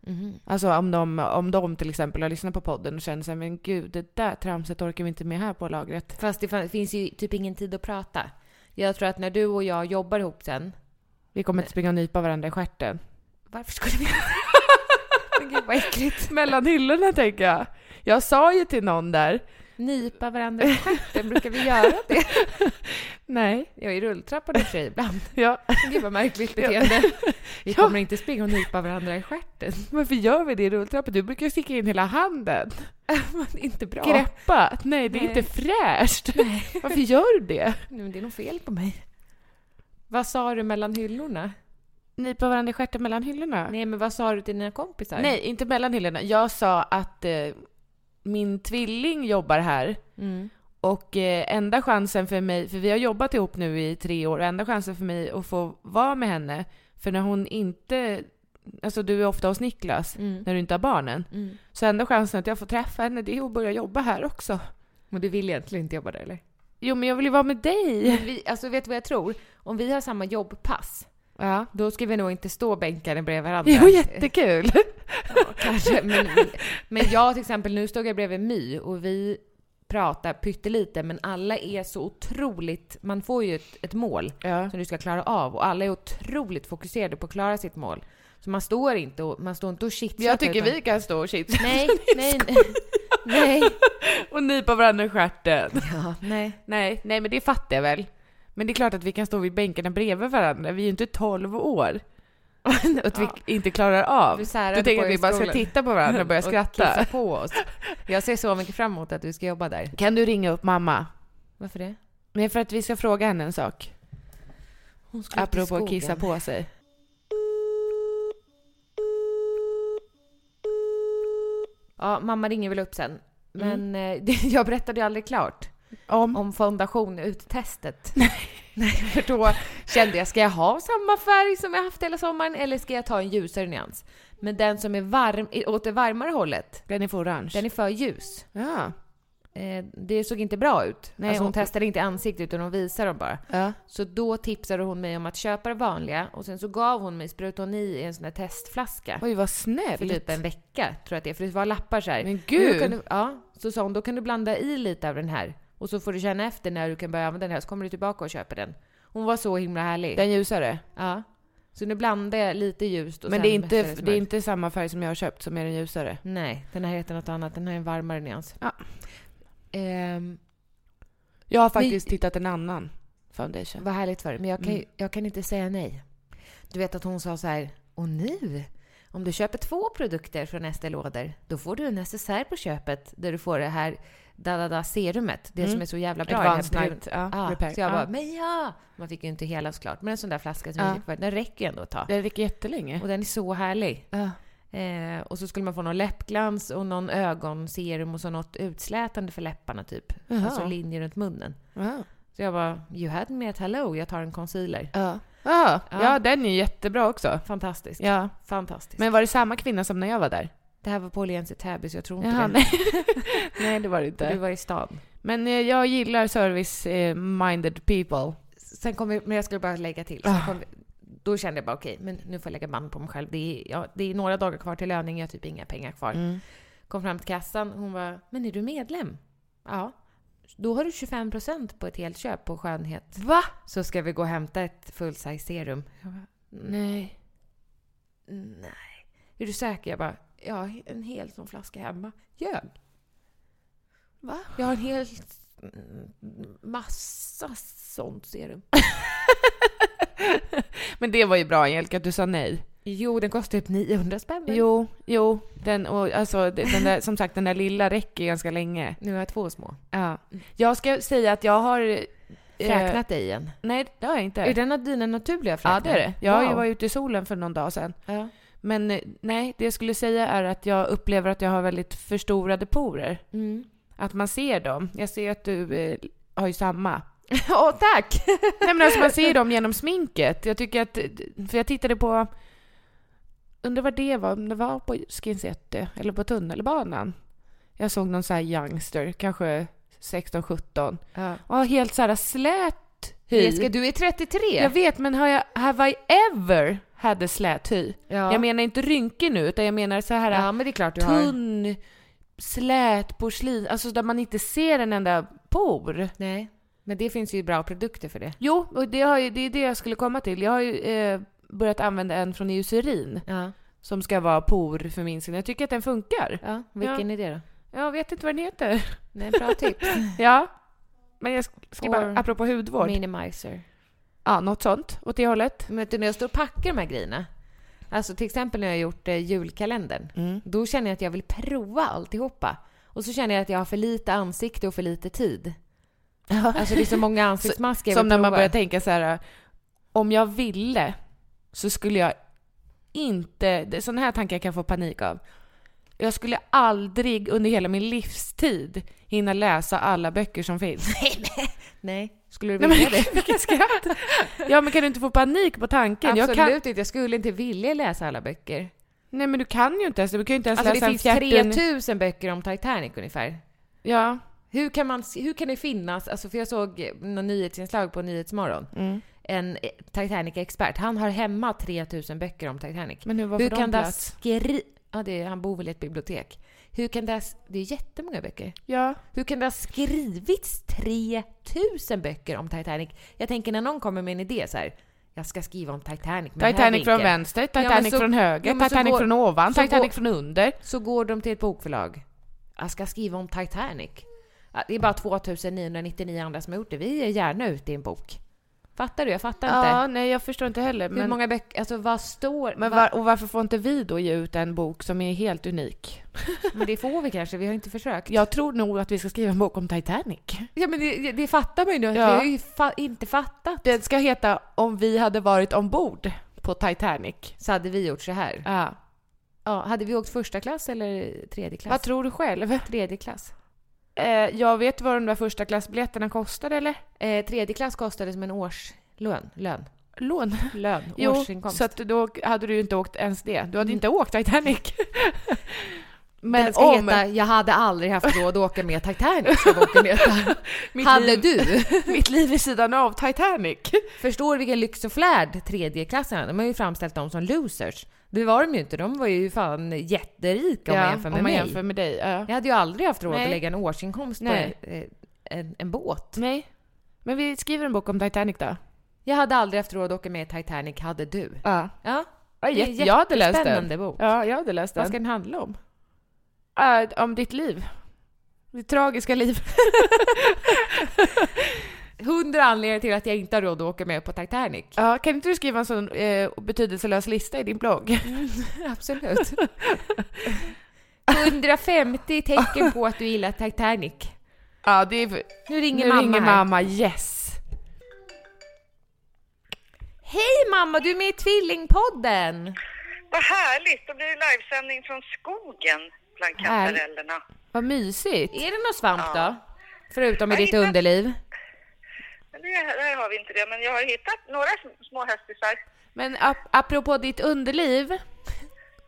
Speaker 1: Mhm.
Speaker 2: Alltså om de, om de till exempel har lyssnat på podden och känner sig men gud det där tramset orkar vi inte med här på lagret.
Speaker 1: Fast det fan- finns ju typ ingen tid att prata. Jag tror att när du och jag jobbar ihop sen...
Speaker 2: Vi kommer inte springa och nypa varandra i stjärten.
Speaker 1: Varför skulle vi... Men Gud vad äckligt.
Speaker 2: Mellan hyllorna tänker jag. Jag sa ju till någon där.
Speaker 1: Nypa varandra i stjärten, brukar vi göra det?
Speaker 2: Nej.
Speaker 1: Jag är i rulltrappan i och för sig ibland.
Speaker 2: Ja.
Speaker 1: Gud vad märkligt beteende. Vi kommer inte springa och nypa varandra i stjärten.
Speaker 2: Varför gör vi det i rulltrappan? Du brukar ju sticka in hela handen.
Speaker 1: Det är inte bra.
Speaker 2: Greppa. Nej, det är
Speaker 1: Nej.
Speaker 2: inte fräscht. Varför gör du det?
Speaker 1: Nej, men det är nog fel på mig. Vad sa du mellan hyllorna?
Speaker 2: Nypa varandra i stjärten mellan hyllorna? Nej.
Speaker 1: Nej, men vad sa du till dina kompisar?
Speaker 2: inte mellan hyllorna. Jag sa att eh, min tvilling jobbar här
Speaker 1: Mm.
Speaker 2: och eh, enda chansen för mig, för vi har jobbat ihop nu i tre år, och enda chansen för mig att få vara med henne, för när hon inte, alltså du är ofta hos Niklas,
Speaker 1: Mm.
Speaker 2: när du inte har barnen.
Speaker 1: Mm.
Speaker 2: Så enda chansen att jag får träffa henne det är att börja jobba här också.
Speaker 1: Men du vill egentligen inte jobba där eller?
Speaker 2: Jo men jag vill ju vara med dig.
Speaker 1: Vi, alltså vet du vad jag tror? Om vi har samma jobbpass,
Speaker 2: Ja.
Speaker 1: då ska vi nog inte stå bänkade bredvid varandra.
Speaker 2: Jo jättekul.
Speaker 1: Kanske, men, men jag till exempel, nu stod jag bredvid My och vi pratar pyttelite, men alla är så otroligt... Man får ju ett, ett mål
Speaker 2: Ja.
Speaker 1: som du ska klara av och alla är otroligt fokuserade på att klara sitt mål. Så man står inte och, man står inte och kittlade,
Speaker 2: Jag tycker
Speaker 1: utan-
Speaker 2: vi kan stå och shit
Speaker 1: Nej, nej, nej. nej.
Speaker 2: och nypa varandra i stjärten.
Speaker 1: Ja, nej.
Speaker 2: Nej, nej men det fattar jag väl. Men det är klart att vi kan stå vid bänkarna bredvid varandra. Vi är ju inte 12 år. Och att vi inte klarar av.
Speaker 1: Du särade
Speaker 2: Du tänker
Speaker 1: på
Speaker 2: att vi
Speaker 1: i
Speaker 2: bara ska
Speaker 1: skolan.
Speaker 2: titta på varandra och börja
Speaker 1: Och
Speaker 2: skratta.
Speaker 1: kissa på oss. Jag ser så mycket fram emot att du ska jobba där.
Speaker 2: Kan du ringa upp mamma?
Speaker 1: Varför det?
Speaker 2: Men för att vi ska fråga henne en sak.
Speaker 1: Hon ska
Speaker 2: Apropå att kissa på sig.
Speaker 1: Ja, mamma ringer väl upp
Speaker 2: Mm.
Speaker 1: sen. Men eh, det- jag berättade ju aldrig klart
Speaker 2: Om?
Speaker 1: om fondation uttestet. Nej, för då kände jag, ska jag ha samma färg som jag haft hela sommaren eller ska jag ta en ljusare nyans? Men den som är varm, åt det varmare hållet,
Speaker 2: Den är för orange.
Speaker 1: den är för ljus.
Speaker 2: Ja.
Speaker 1: eh, det såg inte bra ut.
Speaker 2: Nej,
Speaker 1: alltså hon
Speaker 2: hon-
Speaker 1: testade inte ansiktet utan hon visade dem bara.
Speaker 2: Ja.
Speaker 1: Så då tipsade hon mig om att köpa det vanliga och sen så gav hon mig Spruton i en sån här testflaska.
Speaker 2: Oj, vad snällt.
Speaker 1: för typ en vecka, tror jag att det är. För det var lappar så här.
Speaker 2: Men gud!
Speaker 1: "Nu Kan du, ja, så sa hon, då kan du blanda i lite av den här. Och så får du känna efter när du kan börja använda den här. Så kommer du tillbaka och köper den. Hon var så himla härlig.
Speaker 2: Den ljusare.
Speaker 1: Ja. Så nu blandar jag lite ljust och
Speaker 2: Men
Speaker 1: sen
Speaker 2: det är, inte,
Speaker 1: mässade
Speaker 2: det är
Speaker 1: smör.
Speaker 2: inte samma färg som jag har köpt som är den ljusare.
Speaker 1: Nej, den här heter något annat. Den här är en varmare nyans.
Speaker 2: Ja.
Speaker 1: Ehm,
Speaker 2: Jag har faktiskt tittat en annan foundation.
Speaker 1: vad härligt för det. Men jag kan, ju-
Speaker 2: Mm.
Speaker 1: jag kan inte säga nej. Du vet att hon sa så här, och nu, om du köper två produkter från Estée Lauder, då får du en necessär på köpet där du får det här da-da-da serumet. Det
Speaker 2: Mm.
Speaker 1: som är så jävla bra. i den här
Speaker 2: Advanced
Speaker 1: brun-
Speaker 2: night. Ja,
Speaker 1: Ja,
Speaker 2: repair.
Speaker 1: så jag
Speaker 2: Ja.
Speaker 1: bara, men ja! Man fick ju inte hela såklart, men en sån där flaska som
Speaker 2: Ja.
Speaker 1: jag fick förut, den räcker ju ändå att ta.
Speaker 2: Den räcker jättelänge.
Speaker 1: Och den är så härlig.
Speaker 2: Ja.
Speaker 1: Eh, och så skulle man få någon läppglans och någon ögonserum och så något utslätande för läpparna typ.
Speaker 2: Jaha.
Speaker 1: Alltså linjer runt munnen.
Speaker 2: Ja.
Speaker 1: Så jag bara, you had me at hello, jag tar en concealer.
Speaker 2: Ja. Ja.
Speaker 1: Ja.
Speaker 2: ja, den är jättebra också.
Speaker 1: Fantastisk.
Speaker 2: Ja.
Speaker 1: Fantastisk. Men
Speaker 2: Men var det samma kvinna som när jag var där?
Speaker 1: det här var på Åhléns i Täby så jag tror inte
Speaker 2: Jaha,
Speaker 1: det.
Speaker 2: nej. nej, det var det
Speaker 1: För Du
Speaker 2: inte.
Speaker 1: var i stan.
Speaker 2: Men eh, jag gillar service-minded people.
Speaker 1: Sen kom vi, men jag skulle bara lägga till. Sen kom vi, då kände jag bara okej, men nu får jag lägga band på mig själv. Det är, ja, det är några dagar kvar till löning, jag har typ inga pengar kvar.
Speaker 2: Mm.
Speaker 1: Kom fram till kassan, hon var men är du medlem? Ja. Då har du 25% på ett helt köp på skönhet.
Speaker 2: Va?
Speaker 1: Så ska vi gå och hämta ett full size serum. Jag bara, "Mm."
Speaker 2: Nej.
Speaker 1: nej. Är du säker? Jag bara, jag har en hel sån flaska hemma. Ljög.
Speaker 2: Va?
Speaker 1: Jag har en hel mm, massa sånt serum.
Speaker 2: Men det var ju bra Angelica, att du sa nej.
Speaker 1: Jo, den kostar typ 900 spänn.
Speaker 2: Jo, jo. Den, och, alltså, det- den där, som sagt, den där lilla räcker ju ganska länge.
Speaker 1: Nu har jag två små.
Speaker 2: Ja. Jag ska säga att jag har... eh,
Speaker 1: Fräknat dig igen.
Speaker 2: nej, det har jag inte.
Speaker 1: Är den av dina naturliga fräknar?
Speaker 2: ja, det är det. Jag
Speaker 1: Wow.
Speaker 2: var ute i solen för någon dag sedan.
Speaker 1: Ja.
Speaker 2: Men eh, nej, det jag skulle säga är att jag upplever att jag har väldigt förstorade porer.
Speaker 1: Mm.
Speaker 2: Att man ser dem. Jag ser ju att du eh, har ju samma.
Speaker 1: Åh, tack!
Speaker 2: Nej men alltså man ser dem genom sminket. Jag tycker att, eh, för jag tittade på, undrar vad det var, om det var på Skinsete eller på tunnelbanan. Jag såg någon så här youngster, kanske 16-17.
Speaker 1: Ja.
Speaker 2: Och helt så här slät hy.
Speaker 1: Jessica, du är 33.
Speaker 2: Jag vet men har jag, have I ever hade slät hy?
Speaker 1: Ja.
Speaker 2: Jag menar inte rynkig nu utan jag menar så här
Speaker 1: ja, men det är klart du har.
Speaker 2: tunn, slät porslin, alltså där man inte ser en enda por.
Speaker 1: Nej, men det finns ju bra produkter för det.
Speaker 2: Jo, och det, har ju, det är det jag skulle komma till. Jag har ju eh, börjat använda en från Eucerin
Speaker 1: Ja.
Speaker 2: som ska vara porförminskande. Jag tycker att den funkar.
Speaker 1: ja vilken är det då?
Speaker 2: Jag vet inte vad den heter.
Speaker 1: Nej, bra tips.
Speaker 2: Ja. Men jag sk- ska
Speaker 1: Or-
Speaker 2: bara, apropå hudvård.
Speaker 1: Minimizer.
Speaker 2: Ja, något sånt åt det hållet.
Speaker 1: Men vet du, när jag står och packar de här grejerna. Alltså till exempel när jag har gjort eh, julkalendern.
Speaker 2: Mm.
Speaker 1: Då känner jag att jag vill prova alltihopa. Och så känner jag att jag har för lite ansikte och för lite tid. Alltså det är så många ansiktsmasker jag
Speaker 2: Som
Speaker 1: vill
Speaker 2: när man
Speaker 1: prova.
Speaker 2: börjar tänka så här, om jag ville så skulle jag inte, det- sådana här tankar kan jag få panik av. Jag skulle aldrig under hela min livstid hinna läsa alla böcker som finns.
Speaker 1: Nej, skulle du
Speaker 2: Nej,
Speaker 1: vilja
Speaker 2: men,
Speaker 1: det?
Speaker 2: vilket skratt! Ja men kan du inte få panik på tanken?
Speaker 1: Absolut
Speaker 2: Jag kan,
Speaker 1: inte, jag skulle inte vilja läsa alla böcker.
Speaker 2: nej men du kan ju inte ens, du kan ju inte ens
Speaker 1: Alltså det
Speaker 2: läsa
Speaker 1: finns
Speaker 2: en fjärten...
Speaker 1: 3000 böcker om Titanic ungefär.
Speaker 2: Ja.
Speaker 1: Hur kan, man, hur kan det finnas, alltså för jag såg någon nyhetsinslag på Nyhetsmorgon.
Speaker 2: Mm.
Speaker 1: En eh, Titanic-expert, han har hemma 3000 böcker om Titanic.
Speaker 2: Men hur, varför
Speaker 1: Hur
Speaker 2: de
Speaker 1: kan det
Speaker 2: plats?
Speaker 1: skri... Ja, det är, han bor väl i ett bibliotek. Hur kan det... ha s- Det är jättemånga böcker.
Speaker 2: Ja.
Speaker 1: Hur kan det ha skrivits 3000 böcker om Titanic? Jag tänker när någon kommer med en idé så här. Jag ska skriva om Titanic. med den här
Speaker 2: Titanic från
Speaker 1: vinkeln."
Speaker 2: vänster,
Speaker 1: Ja, men
Speaker 2: Titanic
Speaker 1: så-
Speaker 2: från höger,
Speaker 1: ja, men så
Speaker 2: Titanic
Speaker 1: går-
Speaker 2: från ovan,
Speaker 1: så
Speaker 2: Titanic
Speaker 1: går-
Speaker 2: från under.
Speaker 1: Så går de till ett bokförlag. Jag ska skriva om Titanic. Ja, Det är bara 2999 andra som har gjort det. Vi är gärna ute i en bok. Fattar du? Jag fattar
Speaker 2: Ja,
Speaker 1: inte.
Speaker 2: nej jag förstår inte heller.
Speaker 1: Hur
Speaker 2: Men,
Speaker 1: många böcker... Alltså vad står...
Speaker 2: men
Speaker 1: va-
Speaker 2: var, och varför får inte vi då ge ut en bok som är helt unik?
Speaker 1: men det får vi kanske. Vi har inte försökt.
Speaker 2: Jag tror nog att vi ska skriva en bok om Titanic.
Speaker 1: Ja, men det, det fattar man ju nu. att
Speaker 2: Ja.
Speaker 1: Vi har ju fa- inte fattat.
Speaker 2: Den ska heta Om vi hade varit ombord på Titanic.
Speaker 1: så hade vi gjort så här.
Speaker 2: Ja.
Speaker 1: Ja, hade vi åkt första klass eller tredje klass?
Speaker 2: Vad tror du själv?
Speaker 1: Tredje klass.
Speaker 2: Eh, jag vet vad de där första klassbiljetterna kostade eller?
Speaker 1: Eh, tredje klass kostade som en årslön. Lön.
Speaker 2: Lån.
Speaker 1: Lön.
Speaker 2: Jo,
Speaker 1: årsinkomst. Mm.
Speaker 2: så att då hade du ju inte åkt ens det. Du hade inte åkt Titanic. Men
Speaker 1: Den ska
Speaker 2: om...
Speaker 1: heta “Jag hade aldrig haft råd att åka med Titanic” som boken heter.
Speaker 2: Mitt
Speaker 1: hade
Speaker 2: liv-
Speaker 1: du?
Speaker 2: Mitt liv vid sidan av Titanic.
Speaker 1: Förstår vilken lyx och flärd tredjeklassarna, de har ju framställt dem som losers. Det var de ju inte, de var ju fan jätterika om man jämför med
Speaker 2: om man
Speaker 1: mig.
Speaker 2: jämför med dig. Ja.
Speaker 1: Jag hade ju aldrig haft råd
Speaker 2: Nej.
Speaker 1: att lägga en årsinkomst
Speaker 2: Nej.
Speaker 1: på en, en, en båt.
Speaker 2: Nej. Men vi skriver en bok om Titanic då.
Speaker 1: Jag hade aldrig haft råd att åka med Titanic, hade du?
Speaker 2: Ja.
Speaker 1: Ja.
Speaker 2: Ja,
Speaker 1: Det är
Speaker 2: jätte- jag hade läst
Speaker 1: jättespännande
Speaker 2: den.
Speaker 1: bok.
Speaker 2: Ja, jag hade läst den.
Speaker 1: Vad ska den handla om?
Speaker 2: Ja, om ditt liv. Ditt tragiska liv.
Speaker 1: Hundra anledningar till att jag inte har råd att åka med på Titanic.
Speaker 2: Ja, kan inte du skriva en sån eh, betydelselös lista i din blogg?
Speaker 1: Absolut. 150 tecken på att du gillar Titanic.
Speaker 2: Ja, det är...
Speaker 1: Nu ringer
Speaker 2: nu
Speaker 1: mamma
Speaker 2: ringer
Speaker 1: här.
Speaker 2: mamma. Yes!
Speaker 1: Hej mamma, du är med i Tvillingpodden!
Speaker 6: Vad härligt! Då blir det livesändning från skogen bland
Speaker 2: Härligt.
Speaker 6: kantarellerna.
Speaker 2: Vad mysigt.
Speaker 1: Är det någon svamp
Speaker 6: Ja.
Speaker 1: då? Förutom i
Speaker 6: Jag
Speaker 1: ditt
Speaker 6: hittar-
Speaker 1: underliv?
Speaker 6: Men det, där har vi inte det, men jag har hittat några sm- små hästisar.
Speaker 2: Men ap- apropå ditt underliv.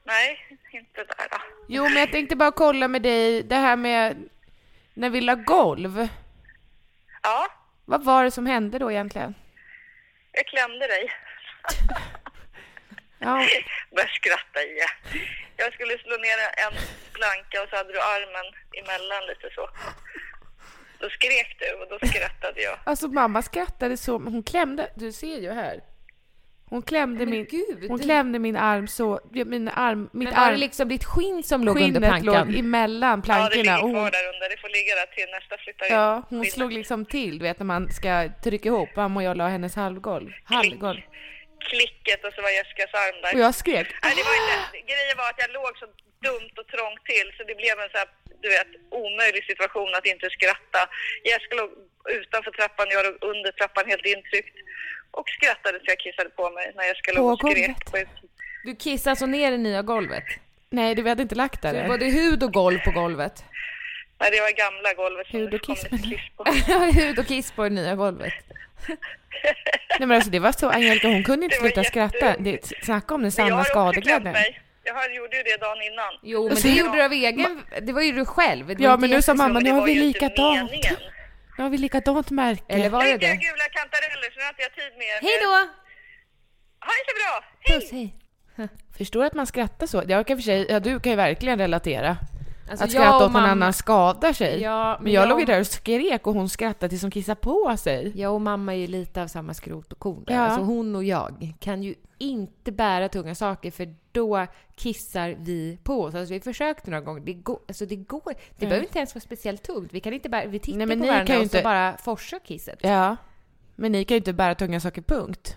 Speaker 6: Nej, inte där. Då.
Speaker 2: Jo, men jag tänkte bara kolla med dig det här med när vi la golv.
Speaker 6: Ja,
Speaker 2: Vad var det som hände då egentligen?
Speaker 6: jag klämde dig.
Speaker 2: Ja,
Speaker 6: Börjar skratta igen. Jag skulle slå ner en planka och så hade du armen emellan lite så. Då skrek du och då skrattade jag.
Speaker 2: alltså mamma skrattade så, men hon klämde, du ser ju här. Hon klämde min,
Speaker 1: gud.
Speaker 2: hon klämde min arm så, ja, min arm, mitt
Speaker 1: Men var det
Speaker 2: arm,
Speaker 1: liksom ditt skinn som låg under
Speaker 2: skinnet
Speaker 1: plankan?
Speaker 2: låg emellan
Speaker 6: Ja, det
Speaker 2: plankorna.
Speaker 6: ligger
Speaker 2: och hon,
Speaker 6: kvar där under. Det får ligga där till nästa flyttar in.
Speaker 2: ja, hon
Speaker 6: Skillnad.
Speaker 2: slog liksom till, du vet när man ska trycka ihop. Mamma och jag la hennes halvgolv. halvgolv.
Speaker 6: Klicket och så var Jessicas arm där.
Speaker 2: Och jag skrek.
Speaker 6: Nej, det var inte, grejen var att jag låg så dumt och trångt till så det blev en så här, du vet, omöjlig situation att inte skratta. Jessica låg utanför trappan, jag låg under trappan helt intryckt och skrattade så jag kissade på mig när Jessica låg och
Speaker 2: På
Speaker 6: skrek.
Speaker 2: golvet?
Speaker 6: På ut-
Speaker 1: Du kissade så ner i nya golvet?
Speaker 2: Nej, du, vi hade inte lagt där
Speaker 1: Så det är
Speaker 2: än.
Speaker 1: både hud och golv på golvet?
Speaker 6: Nej, det var i gamla golvet som
Speaker 2: Hud
Speaker 6: det
Speaker 2: och
Speaker 6: kom
Speaker 2: kiss,
Speaker 6: lite
Speaker 2: men-
Speaker 6: kiss på.
Speaker 1: hud och kiss på det nya golvet.
Speaker 2: Nej men alltså det var så, Angelica hon kunde inte
Speaker 6: Det var
Speaker 2: sluta skratta. Det, snacka om den
Speaker 6: Men jag
Speaker 2: sanna
Speaker 6: har också klämt
Speaker 2: skadeglädjen.
Speaker 6: mig. Jag har- gjorde ju det dagen innan.
Speaker 1: Jo, men
Speaker 2: Så
Speaker 1: det
Speaker 2: jag-
Speaker 1: gjorde du av egen... Det var ju du själv. Det var
Speaker 2: Ja
Speaker 1: inte
Speaker 2: men nu
Speaker 1: jag
Speaker 2: sa
Speaker 1: som-
Speaker 2: mamma,
Speaker 6: Men
Speaker 2: nu
Speaker 6: det
Speaker 2: har
Speaker 6: var
Speaker 2: vi
Speaker 6: ju inte
Speaker 2: likadant.
Speaker 6: meningen.
Speaker 2: Nu har vi likadant märke.
Speaker 1: Eller var
Speaker 6: Nu
Speaker 1: det
Speaker 6: är jag
Speaker 1: det?
Speaker 6: gula kantareller så nu har inte jag tid med er.
Speaker 1: Hej då!
Speaker 6: Ha det så bra!
Speaker 1: Puss, hej!
Speaker 2: Förstår att man skrattar så? Jag kan för sig, ja, du kan ju verkligen relatera.
Speaker 1: Alltså,
Speaker 2: att
Speaker 1: jag
Speaker 2: skratta
Speaker 1: och
Speaker 2: åt någon
Speaker 1: mamma-
Speaker 2: annan skadar sig.
Speaker 1: Ja,
Speaker 2: men
Speaker 1: men
Speaker 2: jag,
Speaker 1: jag-
Speaker 2: låg ju där och skrek och hon skrattade tills hon kissade på sig.
Speaker 1: Jag och mamma är ju lite av samma skrot och korn. där.
Speaker 2: Ja.
Speaker 1: Alltså hon och jag kan ju inte bära tunga saker för då kissar vi på oss. Alltså vi försökte några gånger. Det går, alltså det går. Det behöver inte ens vara speciellt tungt. Vi kan inte bära, vi tittar
Speaker 2: Nej, men
Speaker 1: på
Speaker 2: ni
Speaker 1: varandra
Speaker 2: kan ju
Speaker 1: och så
Speaker 2: inte-
Speaker 1: bara forsar kisset.
Speaker 2: Ja. Men ni kan ju inte bära tunga saker, punkt. Jag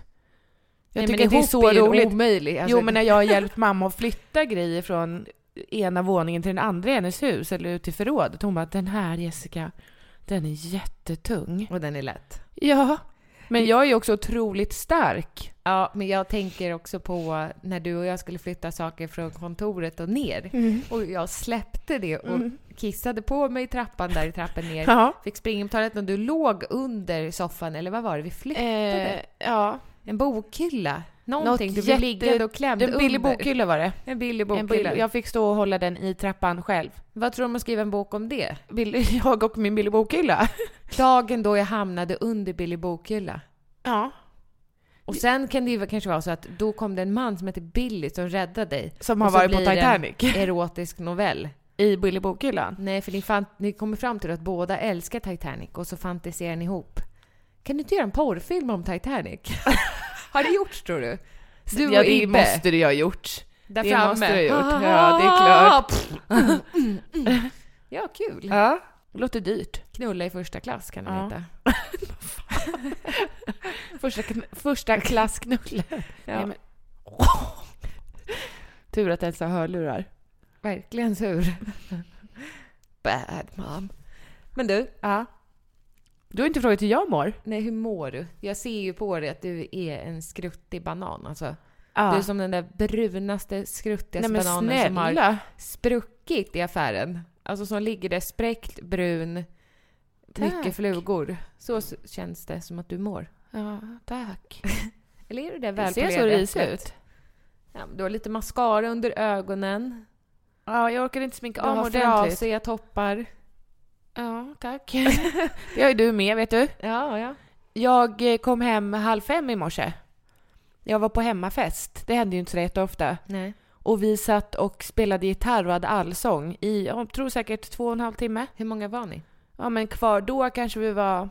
Speaker 1: Nej, men
Speaker 2: tycker att det är
Speaker 1: ihop
Speaker 2: så
Speaker 1: ju
Speaker 2: roligt.
Speaker 1: omöjligt. Alltså,
Speaker 2: Jo, men när jag har hjälpt mamma att flytta grejer från ena våningen till den andra i hennes hus eller ut till förrådet. Hon bara, den här Jessica, den är jättetung.
Speaker 1: Och den är lätt.
Speaker 2: Ja, men jag är ju också otroligt stark.
Speaker 1: Ja, men jag tänker också på när du och jag skulle flytta saker från kontoret och ner.
Speaker 2: Mm.
Speaker 1: Och jag släppte det och kissade på mig i trappan där i trappen ner.
Speaker 2: Ja.
Speaker 1: Fick springa på toaletten och du låg under soffan, eller vad var det? Vi flyttade.
Speaker 2: Eh, ja,
Speaker 1: En bokhylla. Någonting. du blev
Speaker 2: jätte-
Speaker 1: liggande och klämd
Speaker 2: En billig
Speaker 1: under.
Speaker 2: bokhylla var det.
Speaker 1: En billig
Speaker 2: En bill,
Speaker 1: bokhylla.
Speaker 2: jag fick stå och hålla den i trappan själv.
Speaker 1: Vad tror du om att skriva en bok om det?
Speaker 2: Bill, jag och min billig bokhylla.
Speaker 1: Dagen då jag hamnade under billig bokhylla.
Speaker 2: Ja.
Speaker 1: Och sen kan det ju kanske vara så att då kom det en man som hette Billy som räddade dig.
Speaker 2: Som
Speaker 1: Och
Speaker 2: har
Speaker 1: så
Speaker 2: varit på
Speaker 1: blir det en
Speaker 2: Titanic.
Speaker 1: erotisk novell.
Speaker 2: I billig bokhyllan.
Speaker 1: Nej, för ni, fan, ni kommer fram till att båda älskar Titanic och så fantiserar ni ihop. Kan du inte göra en porrfilm om Titanic? har det gjorts tror du? Du och
Speaker 2: ja, det
Speaker 1: Ibbe.
Speaker 2: måste du ha gjort.
Speaker 1: där
Speaker 2: det
Speaker 1: framme.
Speaker 2: måste du ha gjort. Ja, det är klart.
Speaker 1: Ja, kul.
Speaker 2: Ja. Det låter dyrt.
Speaker 1: Knulla i första klass kan det
Speaker 2: Ja.
Speaker 1: heta.
Speaker 2: Första, kn- första klassknulle. Nej, men- Tur att Elsa har hörlurar.
Speaker 1: Verkligen sur. Bad mom. Men du,
Speaker 2: Ja. Du har inte frågat hur jag mår.
Speaker 1: nej, hur mår du? Jag ser ju på dig att du är en skruttig banan alltså. Du är som den där brunaste,
Speaker 2: Nej
Speaker 1: skruttigaste
Speaker 2: men
Speaker 1: bananen som har
Speaker 2: snälla.
Speaker 1: spruckit i affären. Alltså som ligger där spräckt, brun,
Speaker 2: Tack.
Speaker 1: mycket flugor. Så s- känns det som att du mår.
Speaker 2: Ja, tack.
Speaker 1: Eller är du det
Speaker 2: Det
Speaker 1: välpolerade
Speaker 2: ser så risigt
Speaker 1: äpplet?
Speaker 2: ut.
Speaker 1: Ja, men du har lite mascara under ögonen.
Speaker 2: Ja, jag orkade inte sminka
Speaker 1: Du
Speaker 2: av
Speaker 1: har
Speaker 2: ordentligt.
Speaker 1: frasiga toppar.
Speaker 2: Ja, tack. det har ju du med, vet du.
Speaker 1: Ja, ja.
Speaker 2: Jag eh, kom hem halv fem i morse. Jag var på hemmafest. Det händer ju inte så jätteofta.
Speaker 1: Nej.
Speaker 2: Och vi satt och spelade gitarr och hade allsång i, jag tror säkert två och en halv timme.
Speaker 1: Hur många var ni?
Speaker 2: Ja, men kvar då kanske vi var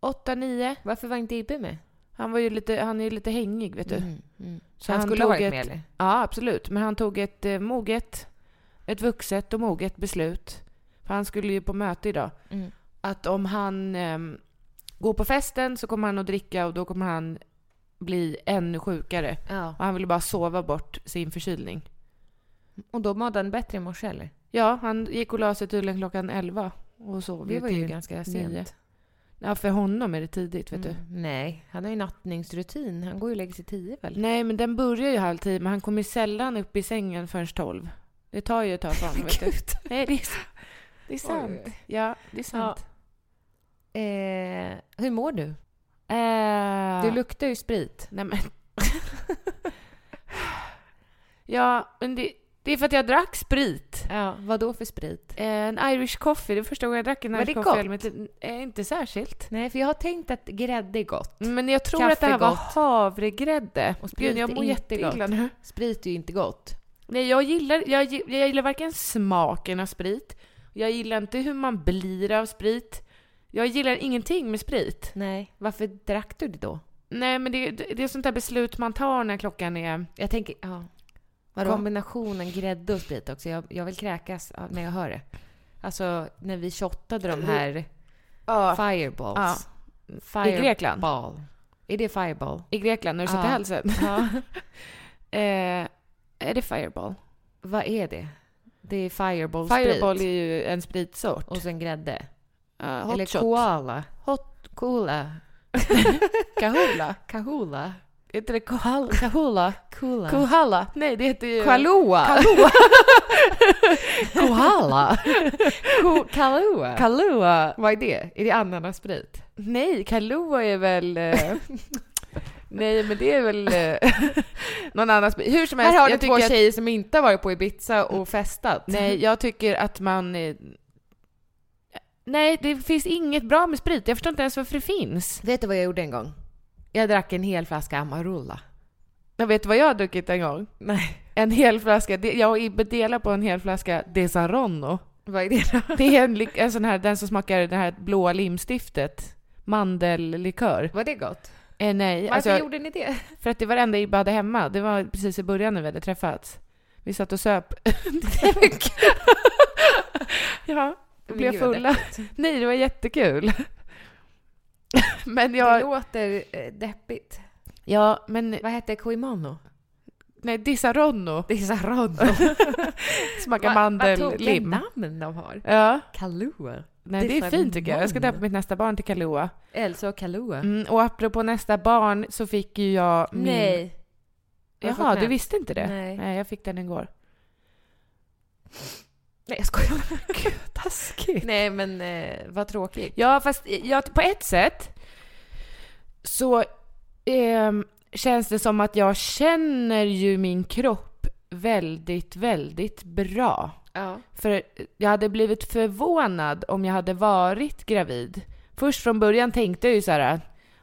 Speaker 2: åtta, nio.
Speaker 1: Varför var inte Ibbe med?
Speaker 2: Han var ju lite, han är ju lite hängig, vet du.
Speaker 1: Så Mm, han, skulle ha
Speaker 2: tog
Speaker 1: varit
Speaker 2: ett,
Speaker 1: med eller?
Speaker 2: Ja, absolut. Men han tog ett eh, moget, ett vuxet och moget beslut. För han skulle ju på möte idag.
Speaker 1: Mm.
Speaker 2: Att om han ehm, går på festen så kommer han att dricka och då kommer han bli ännu sjukare.
Speaker 1: Ja.
Speaker 2: Och han ville bara sova bort sin förkylning.
Speaker 1: Och då mådde han bättre i morse eller?
Speaker 2: Ja, han gick och la sig tydligen klockan 11 och sov
Speaker 1: Det var ju
Speaker 2: till-
Speaker 1: ganska
Speaker 2: nio.
Speaker 1: sent.
Speaker 2: Ja, för honom är det tidigt, vet du.
Speaker 1: Mm. Nej, han har ju nattningsrutin. Han går ju och lägger sig tio väl?
Speaker 2: Nej, men den börjar ju halv tio, men han kommer ju sällan upp i sängen förrän tolv. Det tar ju ett tag för honom, vet du. Nej, det är, s- det är sant.
Speaker 1: Oj.
Speaker 2: Ja, det är sant.
Speaker 1: Eh, hur mår du?
Speaker 2: Eh,
Speaker 1: Du luktar ju sprit.
Speaker 2: Nej, men. ja, men det, det är för att jag drack sprit.
Speaker 1: Ja, vad då för sprit?
Speaker 2: Eh, En Irish coffee, det är första gången jag drack en
Speaker 1: Var det
Speaker 2: Irish coffee.
Speaker 1: gott?
Speaker 2: Men, eh, inte särskilt.
Speaker 1: Nej, för jag har tänkt att grädde är gott.
Speaker 2: Mm, Men jag tror
Speaker 1: Kaffe
Speaker 2: att det här var
Speaker 1: gott.
Speaker 2: havregrädde.
Speaker 1: Och sprit
Speaker 2: Gud, jag
Speaker 1: är
Speaker 2: mår
Speaker 1: inte
Speaker 2: jätteilla
Speaker 1: gott.
Speaker 2: nu.
Speaker 1: Sprit är ju inte gott.
Speaker 2: Nej, jag gillar, jag, gi- jag gillar varken smaken av sprit, jag gillar inte hur man blir av sprit. Jag gillar ingenting med sprit.
Speaker 1: Nej, varför drack du det då?
Speaker 2: Nej, men det, det är sånt där beslut man tar när klockan är...
Speaker 1: Jag tänker, ja.
Speaker 2: Vadå?
Speaker 1: Kombinationen grädde och sprit också. Jag, jag vill kräkas av- när jag hör det. Alltså, när vi shottade de här
Speaker 2: Ja, Ja.
Speaker 1: fireballs.
Speaker 2: I Grekland.
Speaker 1: Fireball. Är det fireball?
Speaker 2: I Grekland, när du satt i
Speaker 1: Ja.
Speaker 2: halsen.
Speaker 1: Ja.
Speaker 2: Eh, är det Fireball?
Speaker 1: Vad är det? Det är fireball
Speaker 2: Fireball är
Speaker 1: sprit.
Speaker 2: ju en spritsort.
Speaker 1: Och sen grädde.
Speaker 2: Ja, hot
Speaker 1: Eller
Speaker 2: shot.
Speaker 1: koala. Hot cola.
Speaker 2: Kahula.
Speaker 1: Kahula.
Speaker 2: Heter det kohal- kahula?
Speaker 1: Coola.
Speaker 2: Kohala? Nej, det heter ju...
Speaker 1: Kalua. Koala. Ko- Kalua.
Speaker 2: Kalua.
Speaker 1: Vad är det? Är det ananassprit?
Speaker 2: Nej, Kahlua är väl... eh, Nej, men det är väl eh, någon annan sprit. Hur som helst,
Speaker 1: Här har du
Speaker 2: jag
Speaker 1: två
Speaker 2: tycker att,
Speaker 1: tjejer som inte har varit på Ibiza och festat.
Speaker 2: Nej, jag tycker att man... eh, Nej, det finns inget bra med sprit. Jag förstår inte ens varför det finns.
Speaker 1: Vet du vad jag gjorde en gång? Jag drack en hel flaska Amarula.
Speaker 2: Men vet du vad jag har druckit en gång?
Speaker 1: Nej.
Speaker 2: En hel flaska. det- Jag och Ibbe delar på en hel flaska Desaronno.
Speaker 1: Vad är det då?
Speaker 2: Det är en, lik- en sån här, den som smakar det här blåa limstiftet. Mandellikör.
Speaker 1: Var det gott?
Speaker 2: Eh, nej,
Speaker 1: Varför
Speaker 2: alltså jag-
Speaker 1: gjorde ni det?
Speaker 2: För att det var det enda Ibbe hade hemma. Det var precis i början när vi hade träffats. Vi satt och söp. ja, vi blev
Speaker 1: Gud, vad
Speaker 2: fulla. Nej, det var jättekul. men
Speaker 1: Det
Speaker 2: jag...
Speaker 1: låter eh, deppigt.
Speaker 2: Ja, men...
Speaker 1: Vad hette Coimano?
Speaker 2: Nej, Disaronno.
Speaker 1: Det är Saron.
Speaker 2: Smakar mandel,
Speaker 1: Vad
Speaker 2: lim.
Speaker 1: namn de har?
Speaker 2: Ja.
Speaker 1: Kalua.
Speaker 2: Nej, det är fint tycker jag. Jag ska
Speaker 1: Disaronno.
Speaker 2: döpa mitt nästa barn till Kahlua.
Speaker 1: Elsa och Kalua.
Speaker 2: Mm, och apropå nästa barn så fick ju jag min...
Speaker 1: Nej. Har du fått
Speaker 2: Jaha, du
Speaker 1: den?
Speaker 2: visste inte det?
Speaker 1: Nej.
Speaker 2: Nej, jag fick den igår.
Speaker 1: Nej, jag skojar.
Speaker 2: Gud, taskigt.
Speaker 1: Nej, men eh, vad tråkigt.
Speaker 2: Ja, fast eh, ja, på ett sätt så ehm, känns det som att jag känner ju min kropp väldigt, väldigt bra.
Speaker 1: Ja.
Speaker 2: För eh, jag hade blivit förvånad om jag hade varit gravid. Först från början tänkte jag ju så här,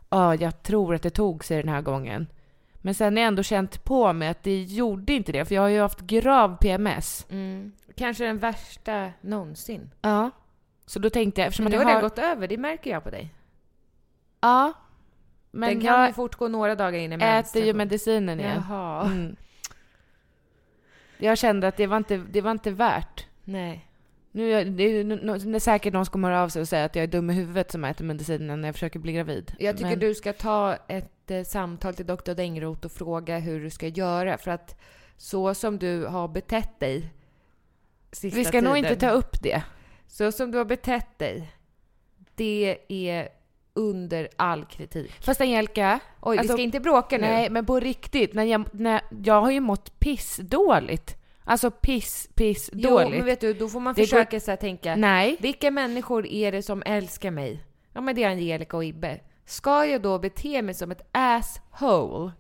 Speaker 2: ja, jag tror att det tog sig den här gången. Men sen har jag ändå känt på mig att det gjorde inte det, för jag har ju haft grav PMS.
Speaker 1: Mm. Kanske den värsta någonsin.
Speaker 2: Ja. Så då tänkte jag, eftersom
Speaker 1: Men
Speaker 2: att
Speaker 1: nu
Speaker 2: jag
Speaker 1: har den
Speaker 2: har...
Speaker 1: gått över, det märker jag på dig.
Speaker 2: Ja. Men
Speaker 1: den kan
Speaker 2: jag
Speaker 1: ju fortgå några dagar innan
Speaker 2: äter ju medicinen igen.
Speaker 1: Jaha.
Speaker 2: Mm. Jag kände att det var inte, det var inte värt.
Speaker 1: Nej.
Speaker 2: Nu är, det är, nu, nu, det är säkert någon som kommer höra av sig och säga att jag är dum i huvudet som äter medicinen när jag försöker bli gravid.
Speaker 1: Jag tycker
Speaker 2: Men-
Speaker 1: du ska ta ett eh, samtal till doktor Dengroth och fråga hur du ska göra. För att så som du har betett dig sista
Speaker 2: Vi ska
Speaker 1: tiden,
Speaker 2: nog inte ta upp det.
Speaker 1: Så som du har betett dig, det är under all kritik.
Speaker 2: Fast Angelica,
Speaker 1: Oj,
Speaker 2: Alltså,
Speaker 1: vi ska inte bråka nu.
Speaker 2: nej men på riktigt, när jag, när jag har ju mått pissdåligt. Alltså piss, piss
Speaker 1: jo,
Speaker 2: dåligt.
Speaker 1: men vet du, då får man
Speaker 2: Det går-
Speaker 1: försöka så här tänka.
Speaker 2: Nej.
Speaker 1: Vilka människor är det som älskar mig? Ja, men det är Angelica och Ibbe. Ska jag då bete mig som ett asshole?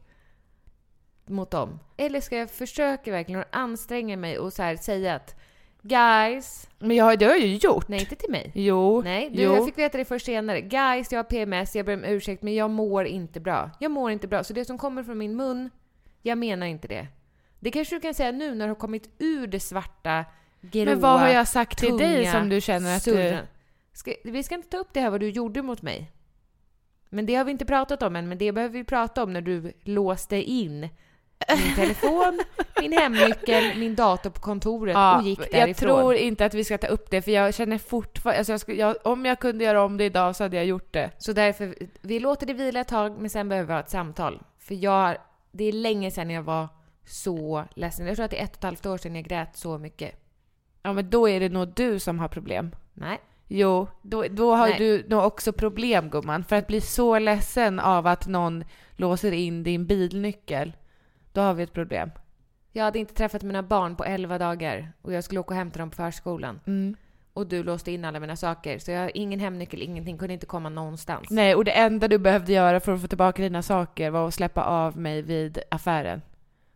Speaker 1: mot dem? Eller ska jag försöka verkligen och anstränga mig och så här säga att guys,
Speaker 2: Men jag, har- det har jag ju gjort.
Speaker 1: nej inte till mig.
Speaker 2: Jo.
Speaker 1: Nej, du,
Speaker 2: jo.
Speaker 1: jag fick veta det först senare. Guys, jag har PMS, jag ber om ursäkt men jag mår inte bra. Jag mår inte bra. Så det som kommer från min mun, jag menar inte det. Det kanske du kan säga nu när du har kommit ur det svarta, gråa,
Speaker 2: Men vad har jag sagt till dig
Speaker 1: tunga
Speaker 2: som du känner att du...
Speaker 1: surren. Ska, vi ska inte ta upp det här vad du gjorde mot mig. Men det har vi inte pratat om än, men det behöver vi prata om när du låste in min telefon, min hemnyckel, min dator på kontoret och gick därifrån.
Speaker 2: jag tror inte att vi ska ta upp det för jag känner fortfarande, alltså jag skulle- jag, om jag kunde göra om det idag så hade jag gjort det.
Speaker 1: Så därför, vi låter det vila ett tag, men sen behöver vi ha ett samtal. För jag, det är länge sedan jag var så ledsen. Jag tror att det är ett och ett halvt år sedan jag grät så mycket.
Speaker 2: Ja men då är det nog du som har problem.
Speaker 1: Nej.
Speaker 2: Jo, då, då har
Speaker 1: Nej.
Speaker 2: du nog också problem gumman. För att bli så ledsen av att någon låser in din bilnyckel, då har vi ett problem.
Speaker 1: Jag hade inte träffat mina barn på 11 dagar och jag skulle åka och hämta dem på förskolan.
Speaker 2: Mm.
Speaker 1: Och du låste in alla mina saker. Så jag har ingen hemnyckel, ingenting. Kunde inte komma någonstans.
Speaker 2: Nej, och det enda du behövde göra för att få tillbaka dina saker var att släppa av mig vid affären.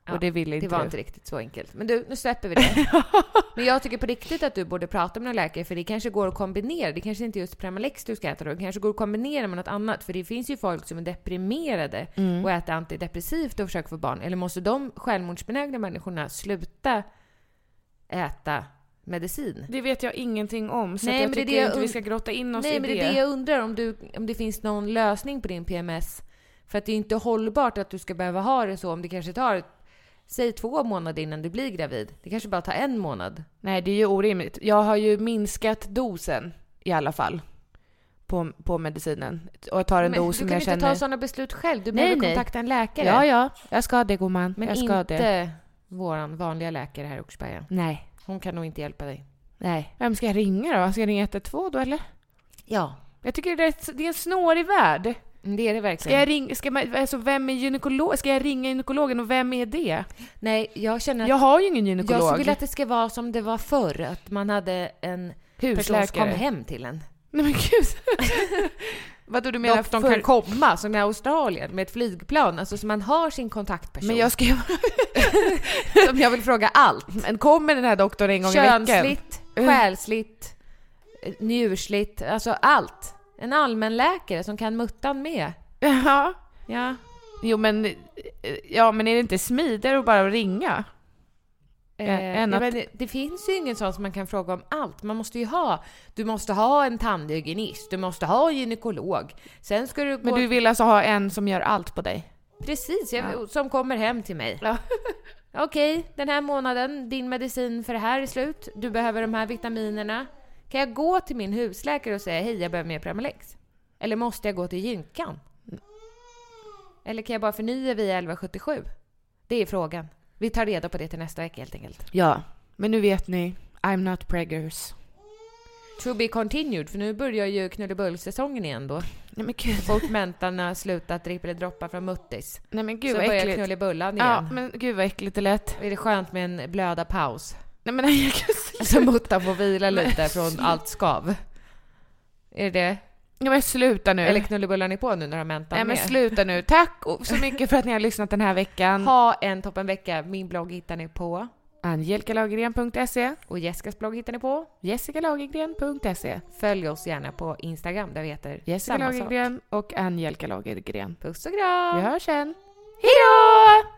Speaker 1: Ja,
Speaker 2: och det ville inte
Speaker 1: det var
Speaker 2: du.
Speaker 1: inte riktigt så enkelt. Men du, nu släpper vi det. Men jag tycker på riktigt att du borde prata med någon läkare för det kanske går att kombinera. Det kanske inte är just Premalex du ska äta då. Det kanske går att kombinera med något annat. För det finns ju folk som är deprimerade
Speaker 2: Mm.
Speaker 1: och äter antidepressivt och försöker få barn. Eller måste de självmordsbenägna människorna sluta äta medicin?
Speaker 2: Det vet jag ingenting om, så
Speaker 1: Nej,
Speaker 2: Nej, jag
Speaker 1: men det är
Speaker 2: tycker
Speaker 1: det jag
Speaker 2: inte
Speaker 1: und-
Speaker 2: vi ska grotta in oss
Speaker 1: Nej,
Speaker 2: i
Speaker 1: men
Speaker 2: det.
Speaker 1: det är det jag undrar om, du, om det finns någon lösning på din PMS. För att det är ju inte hållbart att du ska behöva ha det så om det kanske tar, säg två månader innan du blir gravid. Det kanske bara tar en månad.
Speaker 2: Nej, det är ju orimligt. Jag har ju minskat dosen i alla fall på, på medicinen. Och jag tar en
Speaker 1: Men
Speaker 2: dos
Speaker 1: du
Speaker 2: som
Speaker 1: kan
Speaker 2: jag
Speaker 1: inte
Speaker 2: känner...
Speaker 1: ta sådana beslut själv. Du
Speaker 2: Nej,
Speaker 1: behöver
Speaker 2: nej.
Speaker 1: kontakta en läkare.
Speaker 2: Ja, ja. Jag ska det, gumman.
Speaker 1: Men
Speaker 2: jag ska
Speaker 1: inte
Speaker 2: det.
Speaker 1: våran vanliga läkare här i Oxberga.
Speaker 2: Nej.
Speaker 1: Hon kan nog inte hjälpa dig.
Speaker 2: Nej. Vem ska jag ringa då? Ska jag ringa 112 då, eller?
Speaker 1: Ja.
Speaker 2: Jag tycker det är, ett, det är en snårig värld.
Speaker 1: Det är det verkligen.
Speaker 2: Ska jag ringa... Ska man, alltså, vem är gynekolog? Ska jag ringa gynekologen och vem är det?
Speaker 1: Nej, jag känner att
Speaker 2: Jag har ju ingen
Speaker 1: jag
Speaker 2: gynekolog.
Speaker 1: skulle vilja att det ska vara som det var förr. Att man hade en person som kom
Speaker 2: Husläkare.
Speaker 1: hem till en.
Speaker 2: Nej men gud. Vadå du menar
Speaker 1: Dock de
Speaker 2: förr-
Speaker 1: kan komma, som i Australien, med ett flygplan. Alltså så man har sin kontaktperson.
Speaker 2: Men jag ska ju...
Speaker 1: som jag vill fråga allt.
Speaker 2: Men kommer den här doktorn en gång i veckan? Mm.
Speaker 1: Könsligt, själsligt, eh, njursligt, alltså allt. En allmänläkare som kan muttan med.
Speaker 2: Ja.
Speaker 1: Ja.
Speaker 2: Jo men, eh, ja men är det inte smidigare att bara ringa?
Speaker 1: Eh,
Speaker 2: Ä- än
Speaker 1: ja,
Speaker 2: att-
Speaker 1: men det, det finns ju ingen sån som man kan fråga om allt. Man måste ju ha, du måste ha en tandhygienist, du måste ha en gynekolog. Sen ska du gå...
Speaker 2: Men du vill alltså ha en som gör allt på dig?
Speaker 1: Precis, jag, som kommer hem till mig. Okej, den här månaden, din medicin för det här är slut. Du behöver de här vitaminerna. Kan jag gå till min husläkare och säga hej, jag behöver mer Premalex? Eller måste jag gå till gynkan? Eller kan jag bara förnya via 1177? Det är frågan. Vi tar reda på det till nästa vecka helt enkelt.
Speaker 2: Ja. Men nu vet ni, I'm not preggers.
Speaker 1: To be continued, för nu börjar ju knullebullsäsongen igen då.
Speaker 2: Nej men gud.
Speaker 1: Fort mentan har slutat drippa eller droppa från muttis.
Speaker 2: Nej men gud
Speaker 1: så
Speaker 2: vad
Speaker 1: börjar
Speaker 2: äckligt.
Speaker 1: knullebullan igen.
Speaker 2: Ja men gud vad äckligt det lät.
Speaker 1: Är det skönt med en blöda paus?
Speaker 2: Nej men jag kan säga.
Speaker 1: Så muttan får vila lite
Speaker 2: Men-
Speaker 1: från allt skav. Är det det?
Speaker 2: Nej men sluta nu.
Speaker 1: Eller knullebullar ni på nu när de väntar
Speaker 2: Nej men
Speaker 1: med?
Speaker 2: sluta nu. Tack och- så mycket för att ni har lyssnat den här veckan.
Speaker 1: Ha en toppenvecka. Min blogg hittar ni på.
Speaker 2: Angelikalagergren.se
Speaker 1: Och Jessicas blogg hittar ni på.
Speaker 2: jessicalagergren.se
Speaker 1: Följ oss gärna på Instagram där vi heter
Speaker 2: Jessica
Speaker 1: samma sak.
Speaker 2: Lagergren och Angelica Lagergren.
Speaker 1: Puss och kram!
Speaker 2: Vi hörs sen. Hejdå!